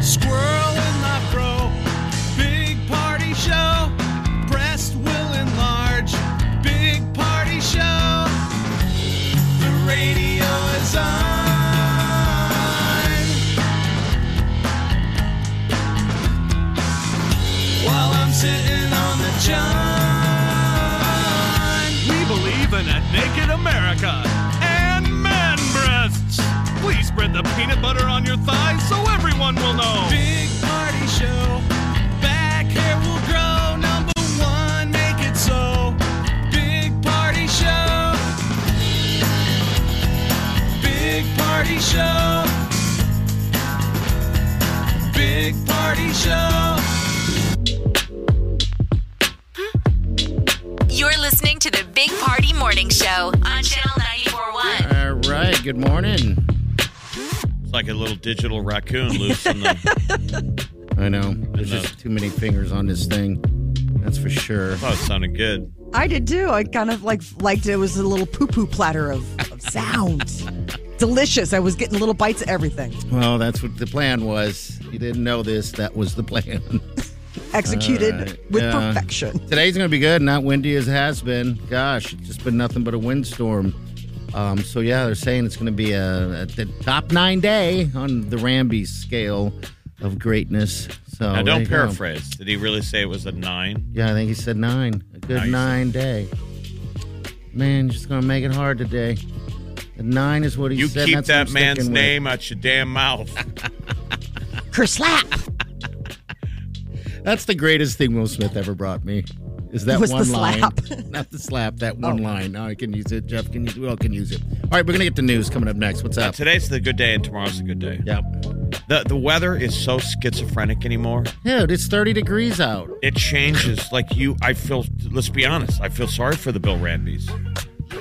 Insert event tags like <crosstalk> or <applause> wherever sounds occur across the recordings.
Squirrel in my fro, big party show. Breast will enlarge, big party show. The radio is on. While I'm sitting on the john. We believe in a naked America and man breasts. Please spread the peanut butter on your thighs so everyone will know. Big party show. Back hair will grow. Number one, make it so. Big party show. Big party show. Big party show. You're listening to the Big Party Morning Show on Channel 941. All right. Good morning. It's like a little digital raccoon loose in the. I know. There's know. just too many fingers on this thing. That's for sure. Oh, it sounded good. I did too. I kind of like liked it. It was a little poo poo platter of, of sound. Delicious. I was getting little bites of everything. Well, that's what the plan was. You didn't know this. That was the plan. <laughs> Executed All right. with Yeah. perfection. Today's going to be good. Not windy as it has been. Gosh, it's just been nothing but a windstorm. Um, so, yeah, they're saying it's going to be a, a- the top nine day on the Ramby scale of greatness. So now, Oh, there you don't go. paraphrase. Did he really say it was a nine? Yeah, I think he said nine. A good Nice. nine day. Man, just gonna make it hard today. A nine is what he You said. keep that's what that I'm man's sticking with. name out your damn mouth. <laughs> Kerslap. That's the greatest thing Will Smith ever brought me. Is that Was the one line? slap. <laughs> Oh. Not the slap. That one line. Now I can use it. Jeff can use it. We all can use it. All right, we're gonna get the news coming up next. What's up? Today's the good day, and tomorrow's the good day. Yep. The the weather is so schizophrenic anymore. Dude, it's 30 degrees out. <laughs> It changes like you. I feel. Let's be honest. I feel sorry for the Bill Randys.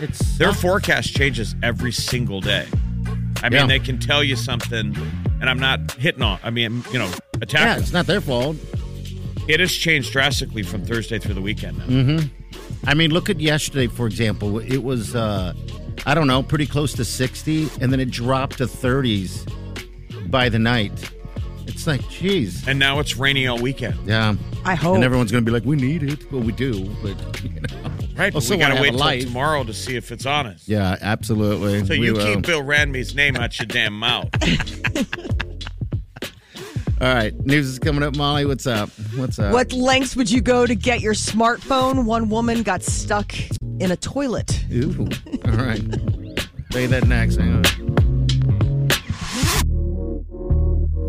It's Their forecast changes every single day. I mean, Yeah. they can tell you something, and I'm not hitting on. I mean, you know, yeah, attacking. it's not their fault. It has changed drastically from Thursday through the weekend. Now. I mean, look at yesterday, for example. It was, uh, I don't know, pretty close to 60, and then it dropped to 30s by the night. It's like, geez. And now it's rainy all weekend. Yeah. I hope. And everyone's going to be like, we need it. Well, we do, but, you know. Right, but Also we wanna gotta have wait a till life. tomorrow to see if it's honest. Yeah, absolutely. So We you will. keep Bill Randy's name out your damn <laughs> mouth. All right. News is coming up. Molly, what's up? What's up? What lengths would you go to get your smartphone? One woman got stuck in a toilet. Ooh. All right. Say that next. Hang on.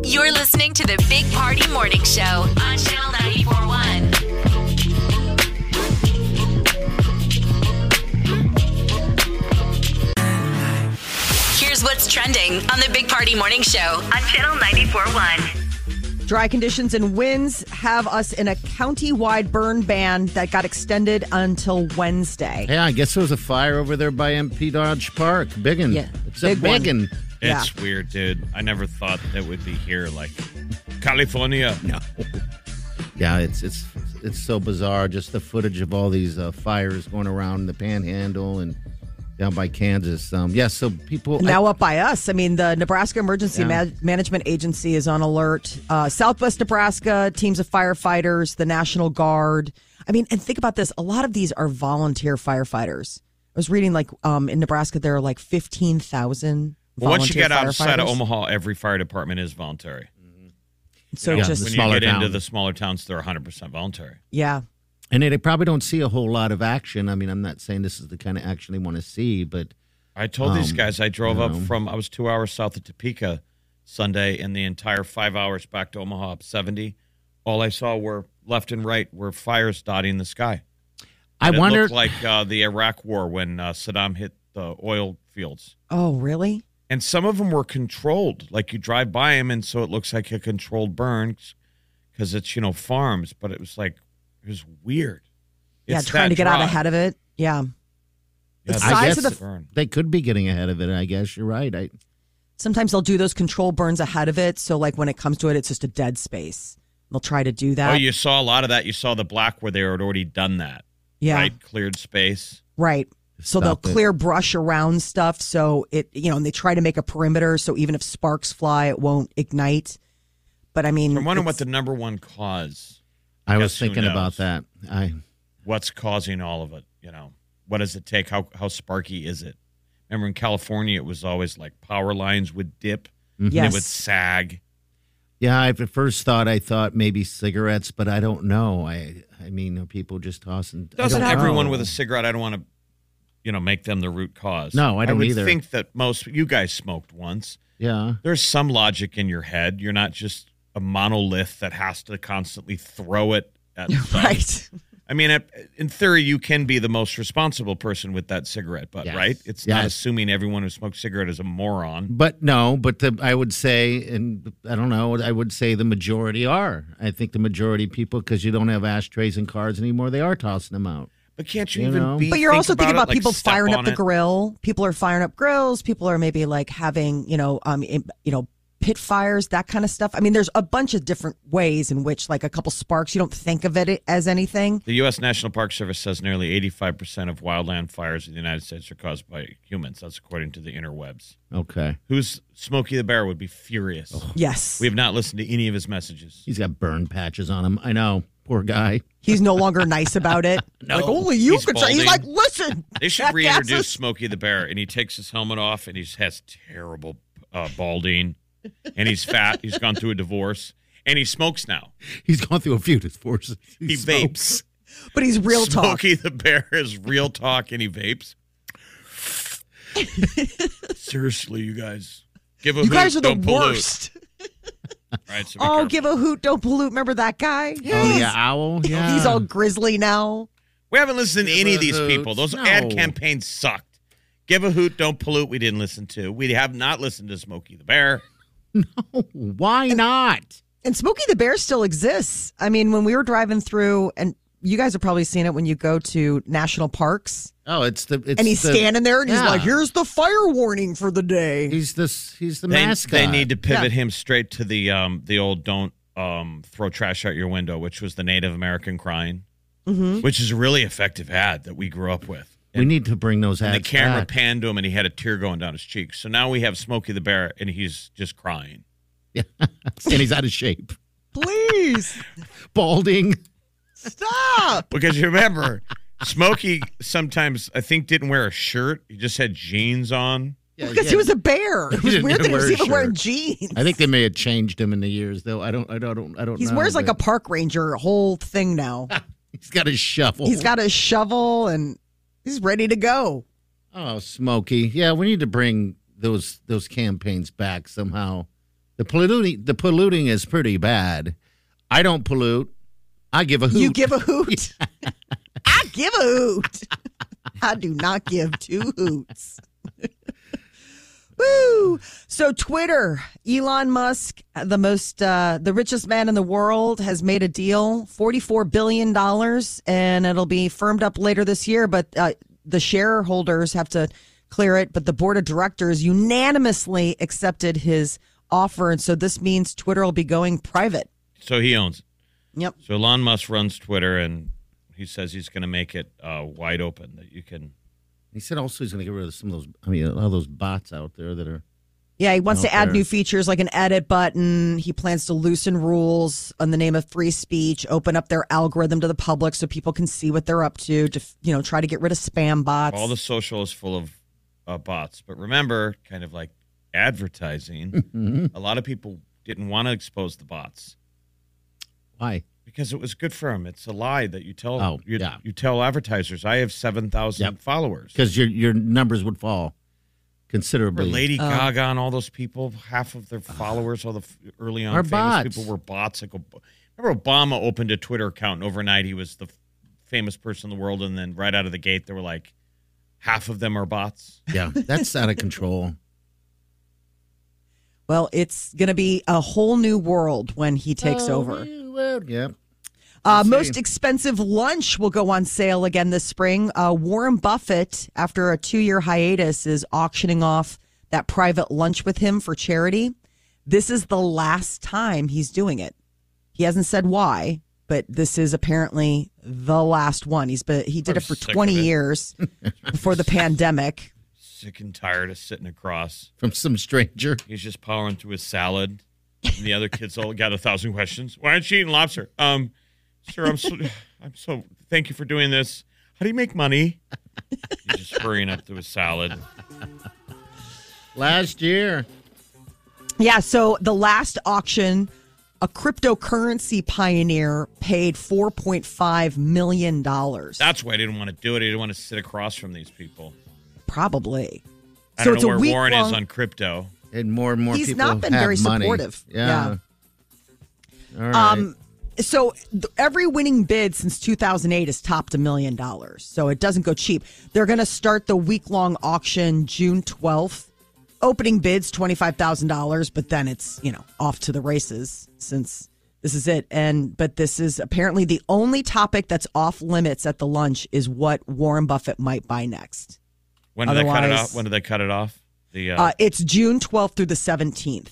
You're listening to the Big Party Morning Show on Channel 941. Here's what's trending on the Big Party Morning Show on Channel 941. Dry conditions and winds have us in a county-wide burn ban that got extended until Wednesday. Yeah, I guess there was a fire over there by MP Dodge Park. Biggin. Yeah, It's a big one. biggin. Yeah. It's weird, dude. I never thought that would be here, like California. No. Yeah, it's it's it's so bizarre. Just the footage of all these uh, fires going around the Panhandle and down by Kansas. Um, yeah, so people. now up by us. I mean, the Nebraska Emergency Yeah. Ma- Management Agency is on alert. Uh, Southwest Nebraska, teams of firefighters, the National Guard. I mean, and think about this a lot of these are volunteer firefighters. I was reading like um, in Nebraska, there are like 15,000. Well, once you volunteer get outside of firefighters. Omaha, every fire department is voluntary. So Yeah, just, the When smaller you get into town. the smaller towns, they're 100% voluntary. yeah. and they probably don't see a whole lot of action. I mean, I'm not saying this is the kind of action they want to see, but I told these Um, guys I drove up no. from, I was two hours south of Topeka Sunday, and the entire five hours back to Omaha up 70. All I saw were left and right were fires dotting the sky. I And it wonder. looked like uh, the Iraq War when uh, Saddam hit the oil fields, Oh, really? and some of them were controlled. Like you drive by them, and so it looks like a controlled burn because it's you know farms, but it was like it was weird. yeah, It's trying that to get out dry. ahead of it. Yeah. The Yeah, that's I size guess of the the burn. they could be getting ahead of it. I guess you're right. I sometimes they'll do those control burns ahead of it. So like when it comes to it, it's just a dead space. They'll try to do that. Oh, you saw a lot of that. You saw the black where they had already done that. yeah. Right, cleared space. Right. So Stop they'll it. clear brush around stuff. So it, you know, and they try to make a perimeter. So even if sparks fly, it won't ignite. But I mean, I'm wondering what the it's- number one cause. I was Guess who thinking about knows? that. I What's causing all of it? You know, what does it take? How how sparky is it? Remember in California, it was always like power lines would dip, Mm-hmm. and it would yes. sag. yeah. I at first thought I thought maybe cigarettes, but I don't know. I I mean, are people just tossing? I Doesn't don't everyone know. with a cigarette? I don't want to, you know, make them the root cause. No, I don't would either. Think that most you guys smoked once. yeah? There's some logic in your head. You're not just a monolith that has to constantly throw it <laughs> at stuff. <laughs> Right. I mean, it- in theory, you can be the most responsible person with that cigarette butt, Yes. right? It's not Yes. assuming everyone who smokes cigarette is a moron. But no, but the, I would say, and I don't know, I would say the majority are. I think the majority of people, because you don't have ashtrays in cars anymore, they are tossing them out. But can't you, You even know. be? But you're think also thinking it, about like, people step firing on up the it? grill. People are firing up grills. People are maybe like having, you know, um, in- you know, pit fires, that kind of stuff. I mean, there's a bunch of different ways in which like a couple sparks, you don't think of it as anything. The U.S. National Park Service says nearly 85% of wildland fires in the United States are caused by humans. That's according to the interwebs. Okay. Who's Smokey the Bear would be furious. Yes. We have not listened to any of his messages. He's got burn patches on him. I know. Poor guy. <laughs> He's no longer nice about <laughs> it. No. like only you He's could say. He's balding. like, listen. They that <laughs> should gas reintroduce is- Smokey the Bear, and he takes his helmet off, and he just has terrible uh, balding, and he's fat. He's gone through a divorce, and he smokes now. He's gone through a few divorces. <laughs> He, smokes. vapes. But he's real talk. Smokey the Bear is real talk, and he vapes. <laughs> Seriously, you guys, give a You hoot, guys are the don't pollute. worst. Right, so be Oh, careful. give a hoot, don't pollute. Remember that guy? Oh, Yes. yeah, <laughs> owl. Yeah. He's all grizzly now. we haven't listened to Give any of a these hoot. people. Those No. ad campaigns sucked. Give a hoot, don't pollute. We didn't listen to. We have not listened to Smokey the Bear. <laughs> Why not? And Smokey the Bear still exists. I mean, when we were driving through, and you guys have probably seen it when you go to national parks, Oh, it's the. It's and he's the, standing there and he's yeah. like, here's the fire warning for the <laughs> day. He's this. He's the They, mascot. they need to pivot him straight to the um the old don't um throw trash out your window, which was the Native American crying, Mm-hmm. which is a really effective ad that we grew up with. We need to bring those and ads the camera back. panned to him and he had a tear going down his cheek. So now we have Smokey the Bear and he's just crying. <laughs> and he's out of shape, Please <laughs> balding. stop. Because you remember, Smokey sometimes I think didn't wear a shirt. He just had jeans on. Yeah, Because he yeah. was a bear. <laughs> It He was didn't weird that he wear was a even wearing shirt. jeans. <laughs> I think they may have changed him in the years, though. I don't. I don't. I don't, I don't he know, wears like a but park ranger whole thing now. He's got a shovel. He's got a shovel and he's ready to go. Oh, Smokey. Yeah, we need to bring those those campaigns back somehow. The polluting the polluting is pretty bad. I don't pollute. I give a hoot. You give <laughs> a hoot. <laughs> I give a hoot. I do not give two hoots. <laughs> Woo! So Twitter, Elon Musk, the most uh, the richest man in the world has made a deal, 44 billion dollars and it'll be firmed up later this year, but uh, the shareholders have to clear it, but the board of directors unanimously accepted his offer and so this means Twitter will be going private. So he owns it. Yep. So Elon Musk runs Twitter and he says he's going to make it uh, wide open that you can. he said also he's going to get rid of some of those. I mean, a lot of those bots out there that are. Yeah, he wants Out to add there. new features like an edit button. He plans to loosen rules in the name of free speech, open up their algorithm to the public so people can see what they're up to, to you know, try to get rid of spam bots. All the social is full of uh, bots. But remember, kind of like advertising, a lot of people didn't want to expose the bots. Why? Because it was good for him. It's a lie that you tell. Oh, you, yeah. you tell advertisers. I have seven thousand Yep. followers. Because your your numbers would fall Remember considerably. Lady Gaga and all those people, half of their followers, all the f- early on Are famous bots. people were bots. Like, Ob- remember Obama opened a Twitter account and overnight he was the f- famous person in the world, and then right out of the gate, they were like, half of them are bots. Yeah, that's out of control. Well, it's going to be a whole new world when he <laughs> takes Oh, over. Yep. Uh, most expensive lunch will go on sale again this spring. Uh, Warren Buffett, after a two year hiatus, is auctioning off that private lunch with him for charity. This is the last time he's doing it. He hasn't said why, but this is apparently the last one. He's been, he did I'm it for sick of 20 it. years <laughs> before the pandemic. Sick and tired of sitting across. From some stranger. He's just powering through his salad. And the other kids all got a thousand questions. Why aren't you eating lobster? Um, sir, I'm so, <sighs> I'm so. Thank you for doing this. How do you make money? He's just hurrying up through his salad. Last year. Yeah, so the last auction, a cryptocurrency pioneer paid $4.5 million. That's why I didn't want to do it. I didn't want to sit across from these people. Probably. I So don't it's a know where Warren is week-long- on crypto. And more and more He's people not been have very money. supportive. Yeah. All right. Um, so th- every winning bid since 2008 has topped a million dollars. So it doesn't go cheap. They're going to start the week long auction June 12th. Opening bids $25,000, but then it's, you know, off to the races since this is it. And but this is apparently the only topic that's off limits at the lunch is what Warren Buffett might buy next. When did they cut it Otherwise- off? When did they cut it off? The uh, Uh, it's June 12th through the 17th.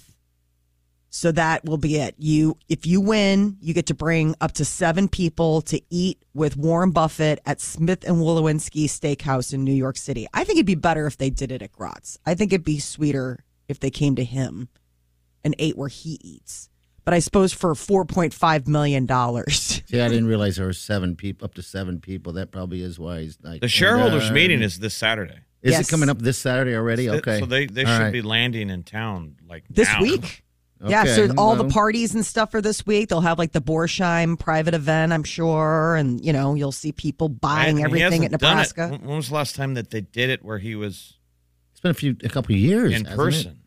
So that will be it. You, if you win, you get to bring up to seven people to eat with Warren Buffett at Smith and Wolowinski Steakhouse in New York City. I think it'd be better if they did it at Grotz. I think it'd be sweeter if they came to him and ate where he eats. But I suppose for four point five million dollars, See, I didn't realize there were seven people, up to seven people. That probably is why he's like. the shareholders uh, meeting is this Saturday. Is Yes. it coming up this Saturday already? Th- Okay. So they, they All should right. be landing in town like this now. week. Yeah, so Okay, all the well. parties and stuff are this week. They'll have like the Borsheim private event, I'm sure, and you know you'll see people I- buying he everything hasn't at done it. Nebraska. When when was the last time that they did it where he was It's been a few, a couple of years in hasn't it? person?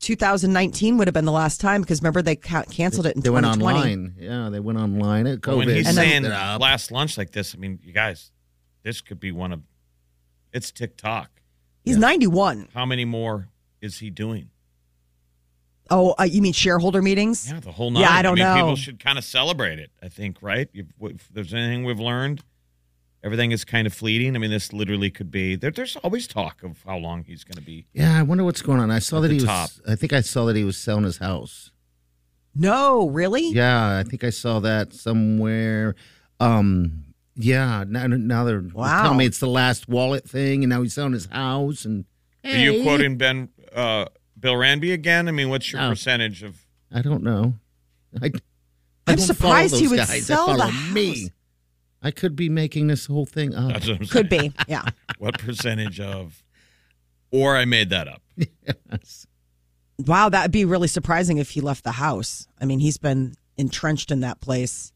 2019 would have been the last time because remember they ca- canceled it in They went 2020. online. Yeah, they went online. It But COVID. When he's And then- saying it up. last lunch like this, I mean, you guys, this could be one of it's TikTok. He's 91. How many more is he doing? Oh, uh, you mean shareholder meetings? Yeah, the whole night. Yeah, I don't mean, know. People should kind of celebrate it. I think, right? If, if there's anything we've learned, everything is kind of fleeting. I mean, this literally could be. There, there's always talk of how long he's going to be. yeah, I wonder what's going on. I saw At that the he was. top. I think I saw that he was selling his house. No, really? Yeah, I think I saw that somewhere. Um, yeah, now, now they're Wow. telling me it's the last wallet thing, and now he's selling his house. And Are you Hey. quoting Ben uh, Bill Ranby again? I mean, what's Oh. your No. percentage of? I don't know. I, I I'm don't follow surprised he those would guys. I sell the follow house. Me, I could be making this whole thing up. That's what I'm Could saying. be. Yeah. What percentage of? Or I made <laughs> that up. Yes. Wow, that'd be really surprising if he left the house. I mean, he's been entrenched in that place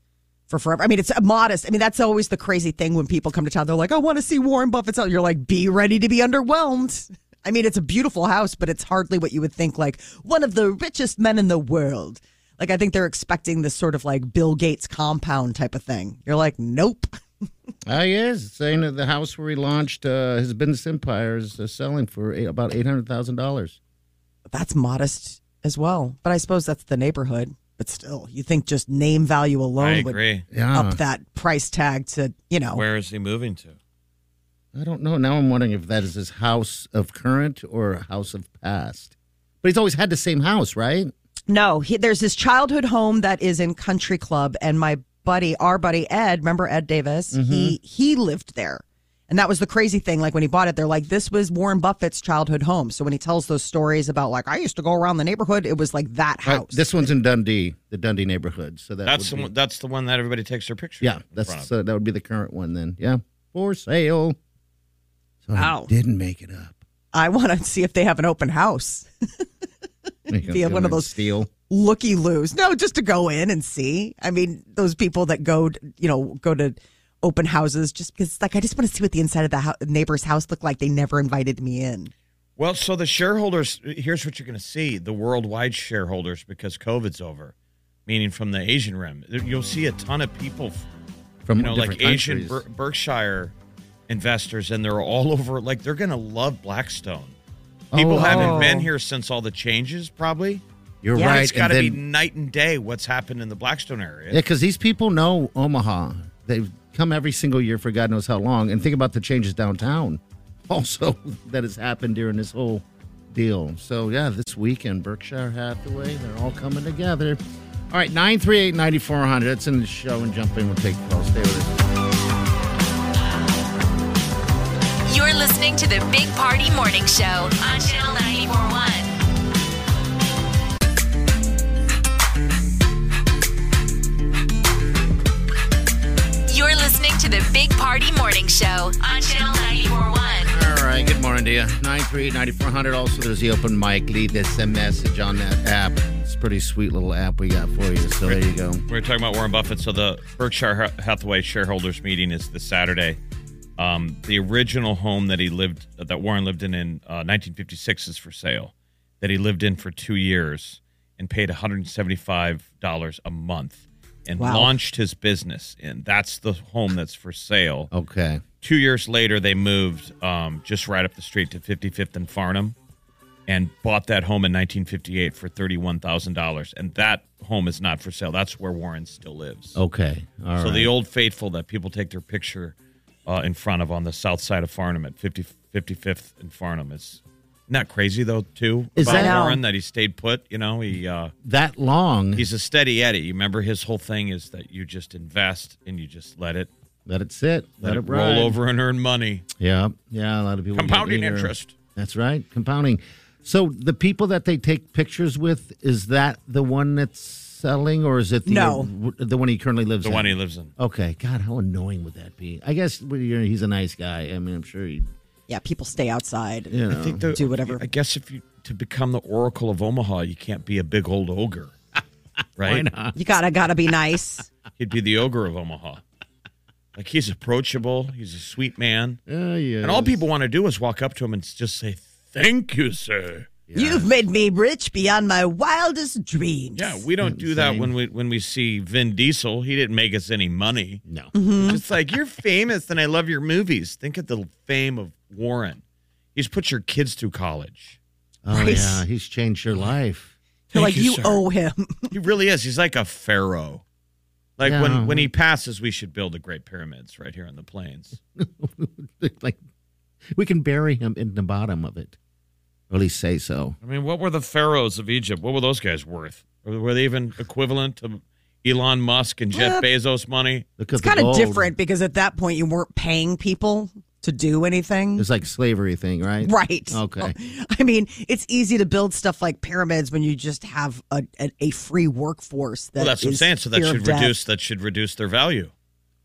for forever. I mean, it's modest. I mean, that's always the crazy thing when people come to town. They're like, I want to see Warren Buffett's house. You're like, be ready to be underwhelmed. I mean, it's a beautiful house, but it's hardly what you would think like one of the richest men in the world. Like, I think they're expecting this sort of like Bill Gates compound type of thing. You're like, nope. Ah, he is saying that the house where he launched uh, his business empire is uh, selling for eight, about eight hundred thousand dollars. That's modest as well. But I suppose that's the neighborhood. But still, you think just name value alone I would agree. Yeah, up that price tag to you know Where is he moving to? I don't know. Now I'm wondering if that is his house of current or house of past. But he's always had the same house, right? no he, there's his childhood home that is in country club and my buddy our buddy ed remember ed davis Mm-hmm. he he lived there and that was the crazy thing like when he bought it they're like this was warren buffett's childhood home so when he tells those stories about like i used to go around the neighborhood it was like that Right, house This one's in Dundee, the Dundee neighborhood. So that That's would the be- one, that's the one that everybody takes their picture. Yeah, in front that's of. so that would be the current one then. Yeah, for sale. So Wow. I didn't make it up. i want to see if they have an open house <laughs> Be one of those- steel. looky loos. No, just to go in and see. I mean, those people that go, you know, go to open houses just because, like, I just want to see what the inside of the hou- neighbor's house looked like. They never invited me in. Well, so the shareholders, here's what you're going to see the worldwide shareholders because COVID's over, meaning from the Asian Rim. There- You'll see a ton of people f- From From you know, like different Asian Ber- countries. Berkshire investors, and they're all <laughs> over. Like they're gonna love Blackstone. Oh, People haven't been here since all the changes, probably. You're Yeah. right. It's got to and be then- night and day what's happened in the Blackstone area. Yeah, because these people know Omaha. They've come every single year for God knows how long. And think about the changes downtown <laughs> also that has happened during this whole deal. So, yeah, this weekend, Berkshire Hathaway, they're all coming together. All right, 938 9400. That's in the show and jump in. We'll take calls. Stay with us. You're listening to the Big Party Morning Show on Channel 941. You're listening to the Big Party Morning Show on Channel 941. All right, good morning to you. 938 9400. Also, there's the open mic. Leave us a message on that app. It's a pretty sweet little app we got for you. So, there you go. We were talking about Warren Buffett. So the Berkshire Ha- Hathaway shareholders meeting is this Saturday. Um, the original home that he lived, that Warren lived in in uh, 1956, is for sale. That he lived in for two years and paid 175 dollars a month, and Wow. launched his business. And that's the home that's for sale. Okay. two years later, they moved um, just right up the street to 55th and Farnham and bought that home in 1958 for $31,000. And that home is not for sale. That's where Warren still lives. Okay. All right. so the old faithful that people take their picture uh, in front of on the south side of Farnham at 50, 55th and Farnham is not crazy, though, too. Is about that- Warren that he stayed put? You know, he. Uh, that long, He's a steady Eddie. You remember his whole thing is that you just invest and you just let it let it sit. let, Let, it ride. roll over and earn money. Yeah, yeah, a lot of people get Compounding eager. interest. That's right, compounding. So the people that they take pictures with is that the one that's selling, or is it the No. the one he currently lives? The in? one he lives in. Okay, God, how annoying would that be? I guess well, you know, he's a nice guy. I mean, I'm sure he. Yeah, people stay outside. You know, I think the, Do whatever. I guess if you to become the Oracle of Omaha, you can't be a big old <laughs> ogre, right? You gotta gotta be nice. He'd be the ogre of Omaha. Like he's approachable. He's a sweet man, Oh, yeah. and all people want to do is walk up to him and just say, "Thank you, sir." You've made me rich beyond my wildest dreams. Yeah, we don't do that when we when we see Vin Diesel. He didn't make us any money. <laughs> No. It's like <laughs> you're famous, and I love your movies. Think of the fame of Warren. He's put your kids through college. Oh Right. yeah, he's changed your life. <laughs> You're Thank like you, sir." owe him. He really is. He's like a pharaoh. Like Yeah. when when he passes, we should build the Great Pyramids right here on the plains. like, we can bury him in the bottom of it, or at least say so. I mean, what were the pharaohs of Egypt? What were those guys worth? Were were they even equivalent to Elon Musk and Jeff Bezos money? Look It's kind of different because at that point you weren't paying people to do anything. It's like slavery thing, right? Right. Okay. <laughs> I mean, it's easy to build stuff like pyramids when you just have a, a, a free workforce. That Well, that's what I'm is saying. So that fear of should death. reduce that should reduce their value.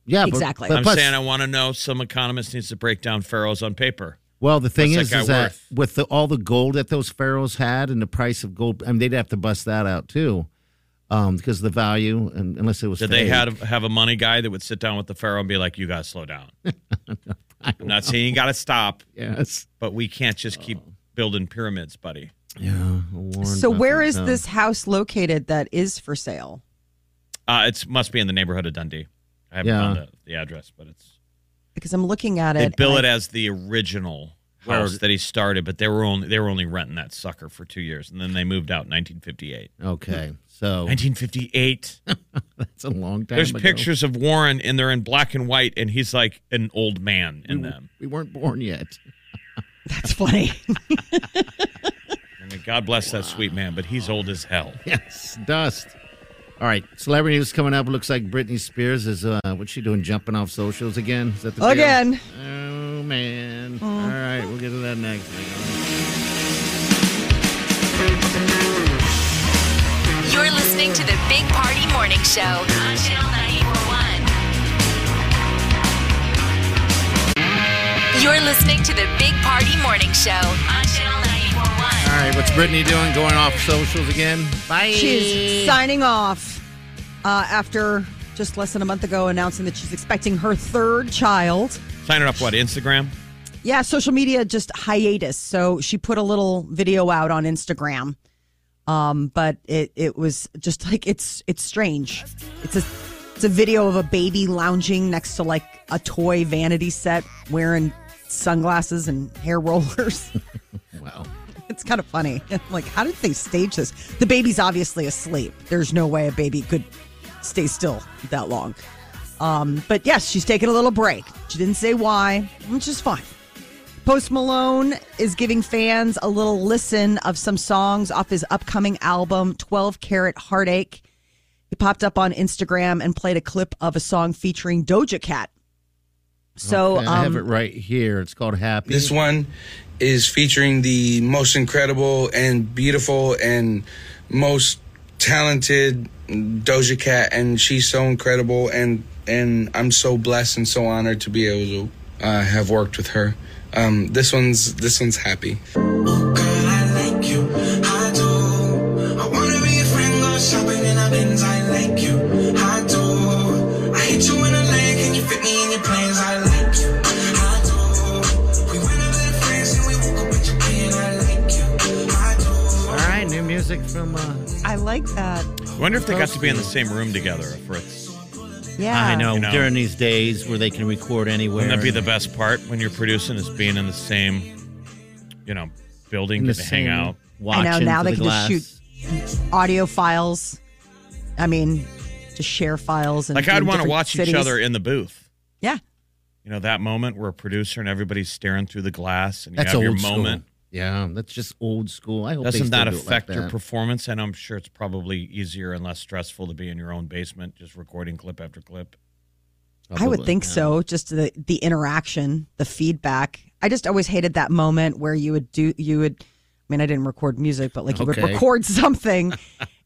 Yeah, but- Exactly. But, I'm plus- saying uh, I want to know. Some economist needs to break down pharaohs on paper. Well, the thing What's is, that guy is that worth? with the, all the gold that those pharaohs had and the price of gold, I mean, they'd have to bust that out too, um, because of the value, and unless it was. Did they fake. had have a money guy that would sit down with the pharaoh and be like, "You got to <laughs> slow down." I'm not saying you got to stop, Yes. but we can't just keep Oh. building pyramids, buddy. Yeah. Warren So, where Buffett, is huh? this house located that is for sale? Uh, it must be in the neighborhood of Dundee. I haven't Yeah. found the, the address, but it's Because I'm looking at they it. bill it and I- as the original house that he started, but they were only they were only renting that sucker for two years, and then they moved out in 1958. Okay, so 1958. that's a long time. Oh. There's ago. pictures of Warren, and they're in black and white, and he's like an old man in them. We weren't born yet. That's <laughs> funny. I mean, God bless that sweet man, but he's old as hell. Yes, dust. All right, celebrity news coming up. Looks like Britney Spears is uh, what's she doing? Jumping off socials again? Is that the deal? Again. Mm. Oh man! All right, we'll get to that next. You're listening to the Big Party Morning Show on Channel 941. You're listening to the Big Party Morning Show on Channel All right, 941. what's Brittany doing? Going off socials again? Bye. She's signing off uh, after just less than a month ago announcing that she's expecting her third child. Sign it up, what, Instagram? Yeah, social media just hiatus. So she put a little video out on Instagram. Um, but it, it was just like it's it's strange. It's a It's a video of a baby lounging next to like a toy vanity set wearing sunglasses and hair rollers. Wow. It's kind of funny. <laughs> like, how did they stage this? The baby's obviously asleep. There's no way a baby could stay still that long. Um, but yes, she's taking a little break. She didn't say why, which is fine. Post Malone is giving fans a little listen of some songs off his upcoming album, 12 Karat Heartache. He popped up on Instagram and played a clip of a song featuring Doja Cat. So, I have um, it right here. It's called Happy. This one is featuring the most incredible and beautiful and most talented Doja Cat, and she's so incredible, and and I'm so blessed and so honored to be able to uh, have worked with her. Um, this one's this one's happy. All right, new music from. Uh, I like that. I wonder if they got to be in the same room together. For it's, Yeah. I know, You know. during these days where they can record anywhere. wouldn't that be the best part when you're producing is being in the same, you know, building, in the getting to hang same- out. Watching I know, now through they the can just glass. shoot audio files. I mean, to share files and Like be I'd in want to different watch each cities. other in the booth. Yeah, You know that moment where a producer and everybody's staring through the glass and you That's have old your moment. School. Yeah, that's just old school. I hope they Doesn't still that do it like affect your that. performance? And I'm sure it's probably easier and less stressful to be in your own basement, just recording clip after clip. I would Probably, think yeah. so. Just the the interaction, the feedback. I just always hated that moment where you would do you would. I mean, I didn't record music, but like you would Okay. <laughs> record something,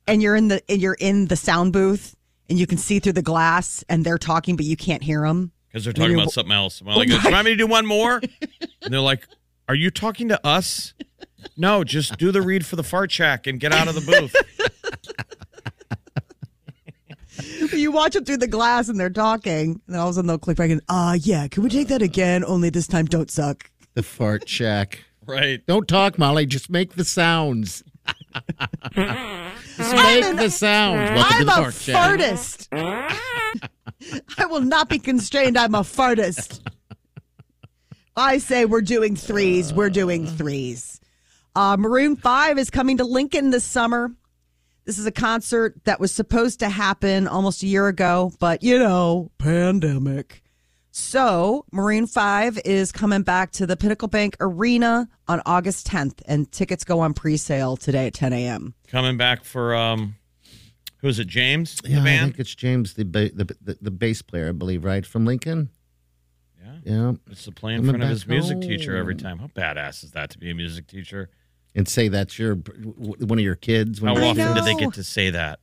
and you're in the and you're in the sound booth, and you can see through the glass, and they're talking, but you can't hear them. Because they're talking You're- about something else. Well, I go, do you want me to do one more? And they're like, Are you talking to us? No, just do the read for the fart shack and get out of <laughs> the booth. <laughs> you watch them through the glass, and they're talking, and then all of a sudden they'll click back and ah, yeah, can we take that again? Only this time, don't suck. The fart check. right. Don't talk, Molly. Just make the sounds. just make the sounds. Welcome to I'm the a fart shack. fartist. I will not be constrained. I'm a fartist. I say we're doing threes. We're doing threes. Uh, Maroon 5 is coming to Lincoln this summer. This is a concert that was supposed to happen almost a year ago, but you know, pandemic. So, Maroon 5 is coming back to the Pinnacle Bank Arena on August 10th, and tickets go on pre sale today at 10 a.m. Coming back for um who's it, James? Yeah, the I band? think it's James, the, ba- the the the bass player, I believe, right from Lincoln. Yeah. Yeah, It's the play in Coming front of back his music teacher every home. time. How badass is that to be a music teacher? and say that's your w- one of your kids. How When you're- often do they know. get to say that?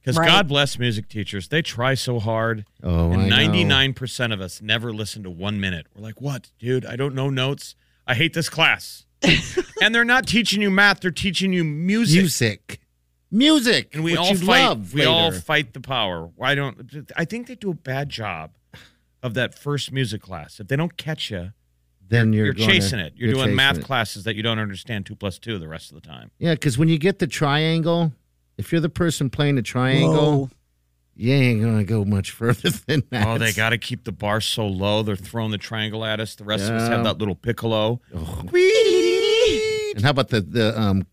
Because Right. God bless music teachers. They try so hard. Oh, I and know. 99% of us never listen to one minute. We're like, what, dude? I don't know notes. I hate this class. and they're not teaching you math, they're teaching you music. music, music, and we what all you fight. Love we all later. fight the power. Why don't I think they do a bad job of that first music class. If they don't catch you, then you're, you're, gonna- chasing it. You're, doing chasing math it. classes that you don't understand two plus two the rest of <laughs> the time. Yeah, because when you get the triangle, if you're the person playing the triangle, Whoa. you ain't gonna go much further <laughs> than that. Oh, they got to keep the bar so low. They're throwing the triangle at us. The rest of us Yeah. have that little piccolo. <laughs> And how about the the um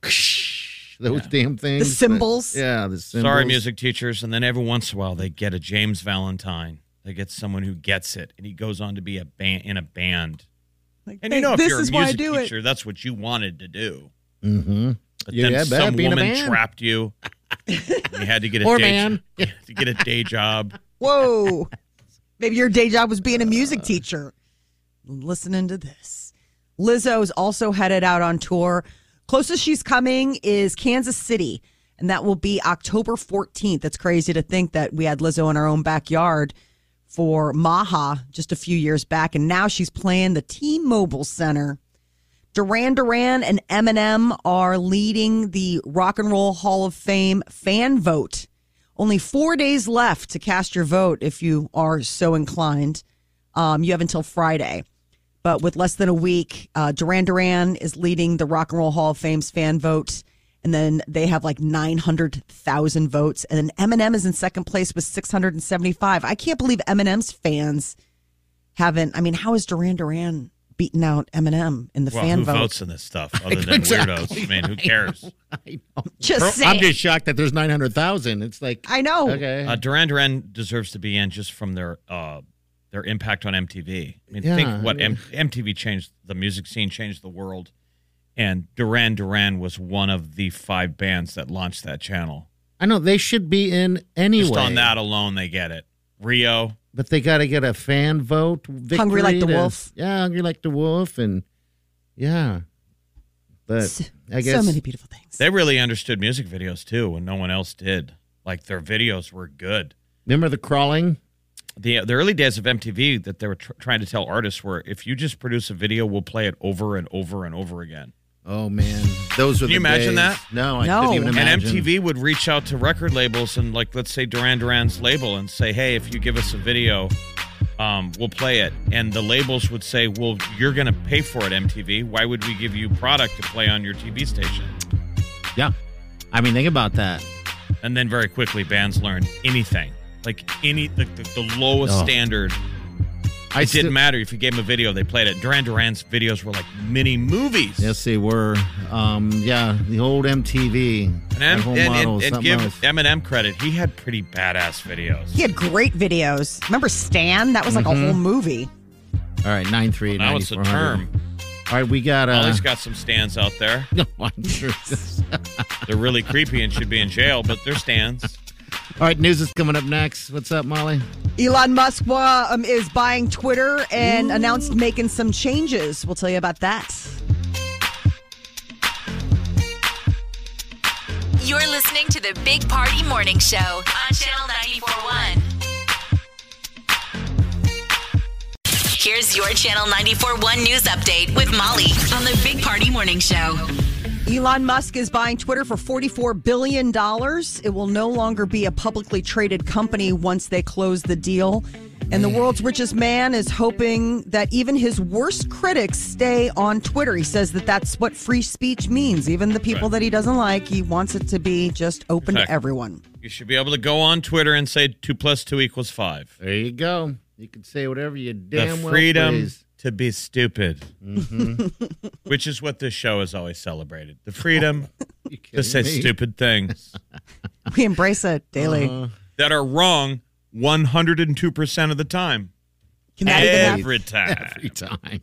those damn things? cymbals. yeah, the cymbals. Sorry, music teachers. And then every once in a while, they get a James Valentine. They get someone who gets it, and he goes on to be a band in a band. Like, And you know, if this you're a is music why I do it. teacher, that's what you wanted to do. Mm-hmm. But Yeah, then yeah, better some be in a woman band. <laughs> trapped you. and you had to get a Or day <laughs> man. job, to get a day job. <laughs> Whoa. Maybe your day job was being a Uh, music teacher. Listening to this. Lizzo's also headed out on tour. Closest she's coming is Kansas City, and that will be October 14th. It's crazy to think that we had Lizzo in our own backyard for Maha just a few years back, and now she's playing the T Mobile Center. Duran Duran and Eminem are leading the Rock and Roll Hall of Fame fan vote. Only four days left to cast your vote if you are so inclined. Um, you have until Friday. But with less than a week, uh, Duran Duran is leading the Rock and Roll Hall of Fame's fan vote. and then they have like 900,000 votes. And then Eminem is in second place with 675. I can't believe Eminem's fans haven't. I mean, how is Duran Duran beaten out Eminem in the Well, fan who vote? votes in this stuff <laughs> other than weirdos? Man, who cares? Uh, Just I'm saying. just shocked that there's 900,000. It's like, I know. okay. Uh, Duran Duran deserves to be in just from their uh, their impact on MTV. I mean, Yeah, think what I mean- M- MTV changed the music scene, changed the world, and Duran Duran was one of the five bands that launched that channel. I know they should be in anyway. Just on that alone, they get it. Rio, But they got to get a fan vote. Victory Hungry Like the to- Wolf. Yeah, hungry like the wolf, and yeah. But I guess so many beautiful things. they really understood music videos too, when no one else did. Like their videos were good. remember the crawling. the the early days of MTV that they were tr- trying to tell artists were if you just produce a video, we'll play it over and over and over again. Oh man, those were. Can you the imagine days. that? No, I No. couldn't even And imagine. And MTV would reach out to record labels and like let's say Duran Duran's label and say, hey, if you give us a video, um, we'll play it. And the labels would say, well, you're going to pay for it, MTV. Why would we give you product to play on your TV station? Yeah, I mean, think about that. And then very quickly, bands learned anything, like any the, the, the lowest Oh. standard. I it still- didn't matter if you gave them a video, they played it. Duran Duran's videos were like mini movies. Yes, they were. Um, yeah, the old MTV. And, M- that whole and, and- model, and something give else. Eminem credit. He had pretty badass videos. He had great videos. Remember Stan? That was like a whole movie. All right, nine three. Now it's a 9400. term. All right, we got. Uh, Well, he's got some stands out there. <laughs> no, I'm <laughs> sure. They're really creepy and should be in jail, but they're stands. All right, news is coming up next. What's up, Molly? Elon Musk uh, um, is buying Twitter and announced making some changes. We'll tell you about that. You're listening to the Big Party Morning Show on Channel 941. Here's your Channel 941 news update with Molly on the Big Party Morning Show. Elon Musk is buying Twitter for $44 billion. It will no longer be a publicly traded company once they close the deal. And the world's richest man is hoping that even his worst critics stay on Twitter. He says that that's what free speech means. Even the people that he doesn't like, he wants it to be just open to Exactly. everyone. You should be able to go on Twitter and say two plus two equals five. There you go. You can say whatever you The damn well freedom please. <laughs> to be stupid, Mm-hmm. which is what this show has always celebrated. The freedom <laughs> You kidding to say me? stupid things We embrace it daily. that are wrong 102% of the time. Can that even happen? Every time. every time.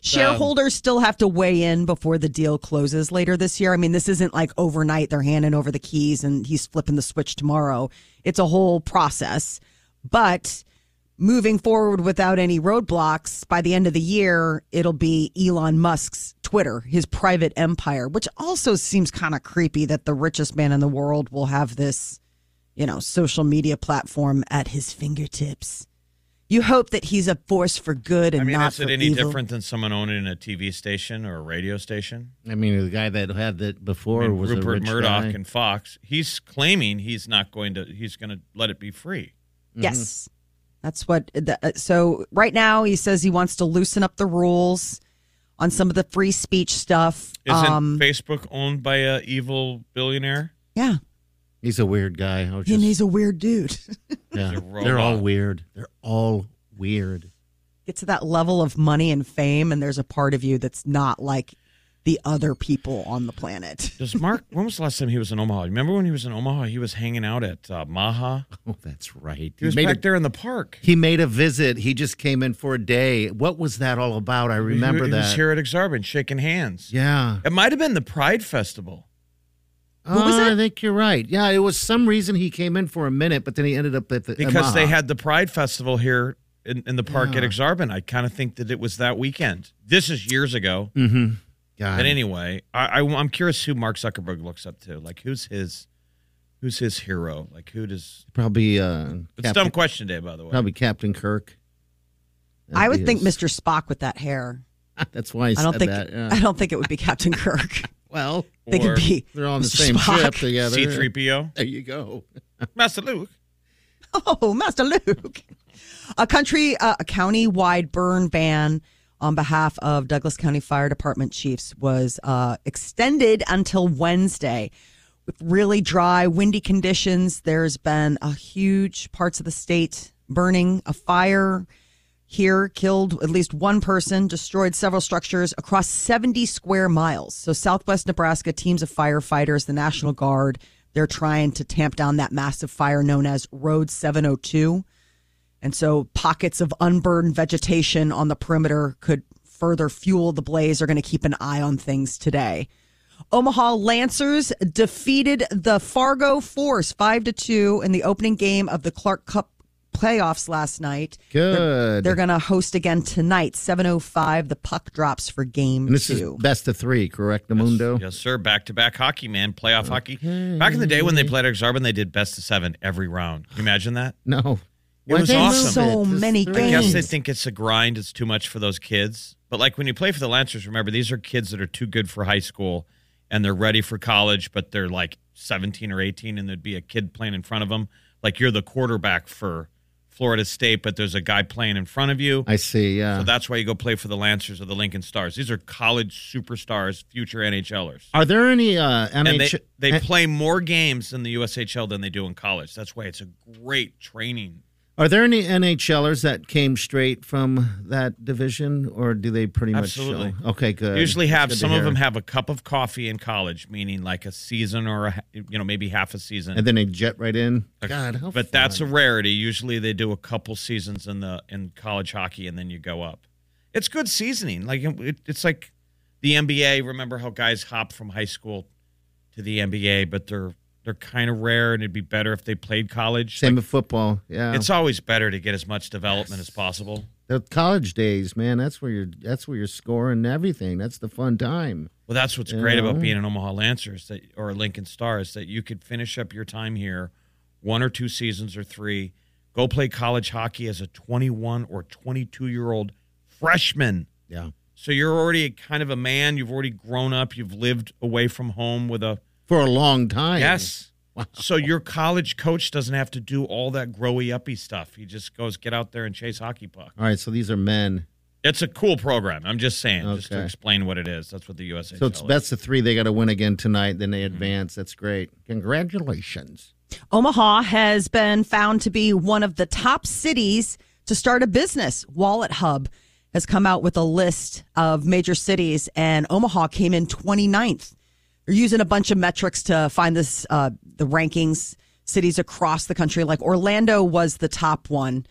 Shareholders still have to weigh in before the deal closes later this year. I mean, this isn't like overnight. They're handing over the keys and he's flipping the switch tomorrow. It's a whole process. But moving forward without any roadblocks, by the end of the year, it'll be Elon Musk's Twitter, his private empire, which also seems kind of creepy that the richest man in the world will have this, you know, social media platform at his fingertips. You hope that he's a force for good and I mean, not is for it any evil. different than someone owning a TV station or a radio station? I mean, the guy that had that before I mean, was a Rupert rich Murdoch guy. and Fox. He's claiming he's not going to. He's going to let it be free. Yes. That's what. The, uh, so right now he says he wants to loosen up the rules on some of the free speech stuff. Um, Isn't Facebook owned by a evil billionaire? yeah. He's a weird guy. I was And just- he's a weird dude. <laughs> yeah. a They're all robot. weird. They're all weird. <laughs> Get to that level of money and fame, and there's a part of you that's not like the other people on the planet. Does Mark? when was the last time he was in Omaha? Remember when he was in Omaha? He was hanging out at uh, Maha. Oh, that's right. He was made back a, there in the park. he made a visit. He just came in for a day. What was that all about? I remember he, he was that. here at Exarban shaking hands. Yeah. It might have been the Pride Festival. What was I think you're right. Yeah, it was some reason he came in for a minute, but then he ended up at the because they Omaha. had the Pride Festival here in, in the park at Exarban. I kind of think that it was that weekend. This is years ago, Mm-hmm. God. but anyway, I, I, am curious who Mark Zuckerberg looks up to. Like, who's his, who's his hero? Like, who does? probably uh, It's a Captain, dumb question day, by the way. probably Captain Kirk. I would That'd be think his- Mr. Spock with that hair. <laughs> That's why I, I don't said think that. yeah. <laughs> I don't think it would be Captain Kirk. Well, They Or could be. they're on the Mr. same Spock. trip together. C3PO, There you go. Master Luke. Oh, Master Luke. A country, uh, a county wide burn ban on behalf of Douglas County Fire Department chiefs was uh, extended until Wednesday. With really dry, windy conditions, there's been a huge parts of the state burning, a fire here killed at least one person, destroyed several structures across 70 square miles. So, Southwest Nebraska teams of firefighters, the National Guard, they're trying to tamp down that massive fire known as Road 702. And so, pockets of unburned vegetation on the perimeter could further fuel the blaze. They're going to keep an eye on things today. Omaha Lancers defeated the Fargo Force 5 to 2 in the opening game of the Clark Cup playoffs last night. Good. They're going to host again tonight, 7.05. The puck drops for game and this two. is best of three, correct, Namundo? Yes, sir. Back to back hockey, man. Playoff hockey. Back in the day when they played Exarban, they did best of seven every round. Can you imagine that? No. It was Why they awesome. moved So it to many three? I guess games. they think it's a grind. It's too much for those kids. But like when you play for the Lancers, remember these are kids that are too good for high school and they're ready for college, but they're like 17 or 18, and there'd be a kid playing in front of them. Like you're the quarterback for Florida State, but there's a guy playing in front of you. I see, yeah. So that's why you go play for the Lancers or the Lincoln Stars. These are college superstars, future NHLers. Are there any uh, And they, MH? they eh, play more games in the USHL than they do in college. That's why it's a great training. Are there any NHLers that came straight from that division, or do they pretty much? show- Absolutely. Okay, good. Usually That's have good to some of hear. them have a cup of coffee in college, meaning like a season or a, you know maybe half a season. and then they jet right in. God, how but that's a fun. rarity. Usually they do a couple seasons in the in college hockey, and then you go up. It's good seasoning. Like it, it's like the NBA. Remember how guys hop from high school to the NBA, but they're they're kind of rare, and it'd be better if they played college. same with football. Yeah, It's always better to get as much development as possible. the college days, man. That's where you're. That's where you're scoring everything. That's the fun time. Well, that's what's great Yeah. about being an Omaha Lancer is that, or a Lincoln Star is that you could finish up your time here, one or two seasons or three, go play college hockey as a 21 or 22 year old freshman. Yeah, So you're already kind of a man. You've already grown up. You've lived away from home with a for a long time. yes. So your college coach doesn't have to do all that growy uppy stuff. He just goes get out there and chase hockey puck. All right, so these are men. It's a cool program. I'm just saying, just to Okay. explain what it is. That's what the USHL. So it's is. best of three. They got to win again tonight. Then Mm-hmm. they advance. That's great. Congratulations. Omaha has been found to be one of the top cities to start a business. Wallet Hub has come out with a list of major cities, and Omaha came in 29th. They're using a bunch of metrics to find this uh, the rankings cities across the country. Like Orlando was the top one,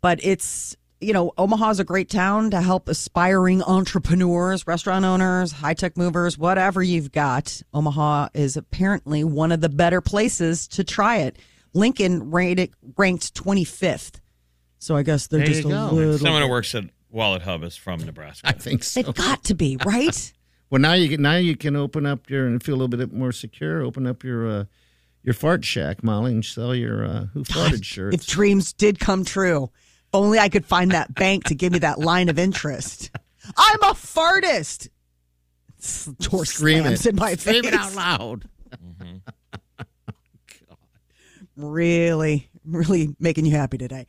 but it's you know Omaha's a great town to help aspiring entrepreneurs, restaurant owners, high tech movers, whatever you've got. Omaha is apparently one of the better places to try it. Lincoln rated, ranked 25th. So I guess they're There just a you go. little. Someone who works at Wallet Hub is from Nebraska. I think so. They've got to be right. Well, now you can now you can open up your and feel a little bit more secure. Open up your uh, your fart shack, Molly, and sell your uh, <laughs> who farted if shirts. dreams did come true, if only I could find that bank to give me that line of interest. I'm a fartist. S- Door Scream slams it in my Scream face. it out loud. Really, really making you happy today.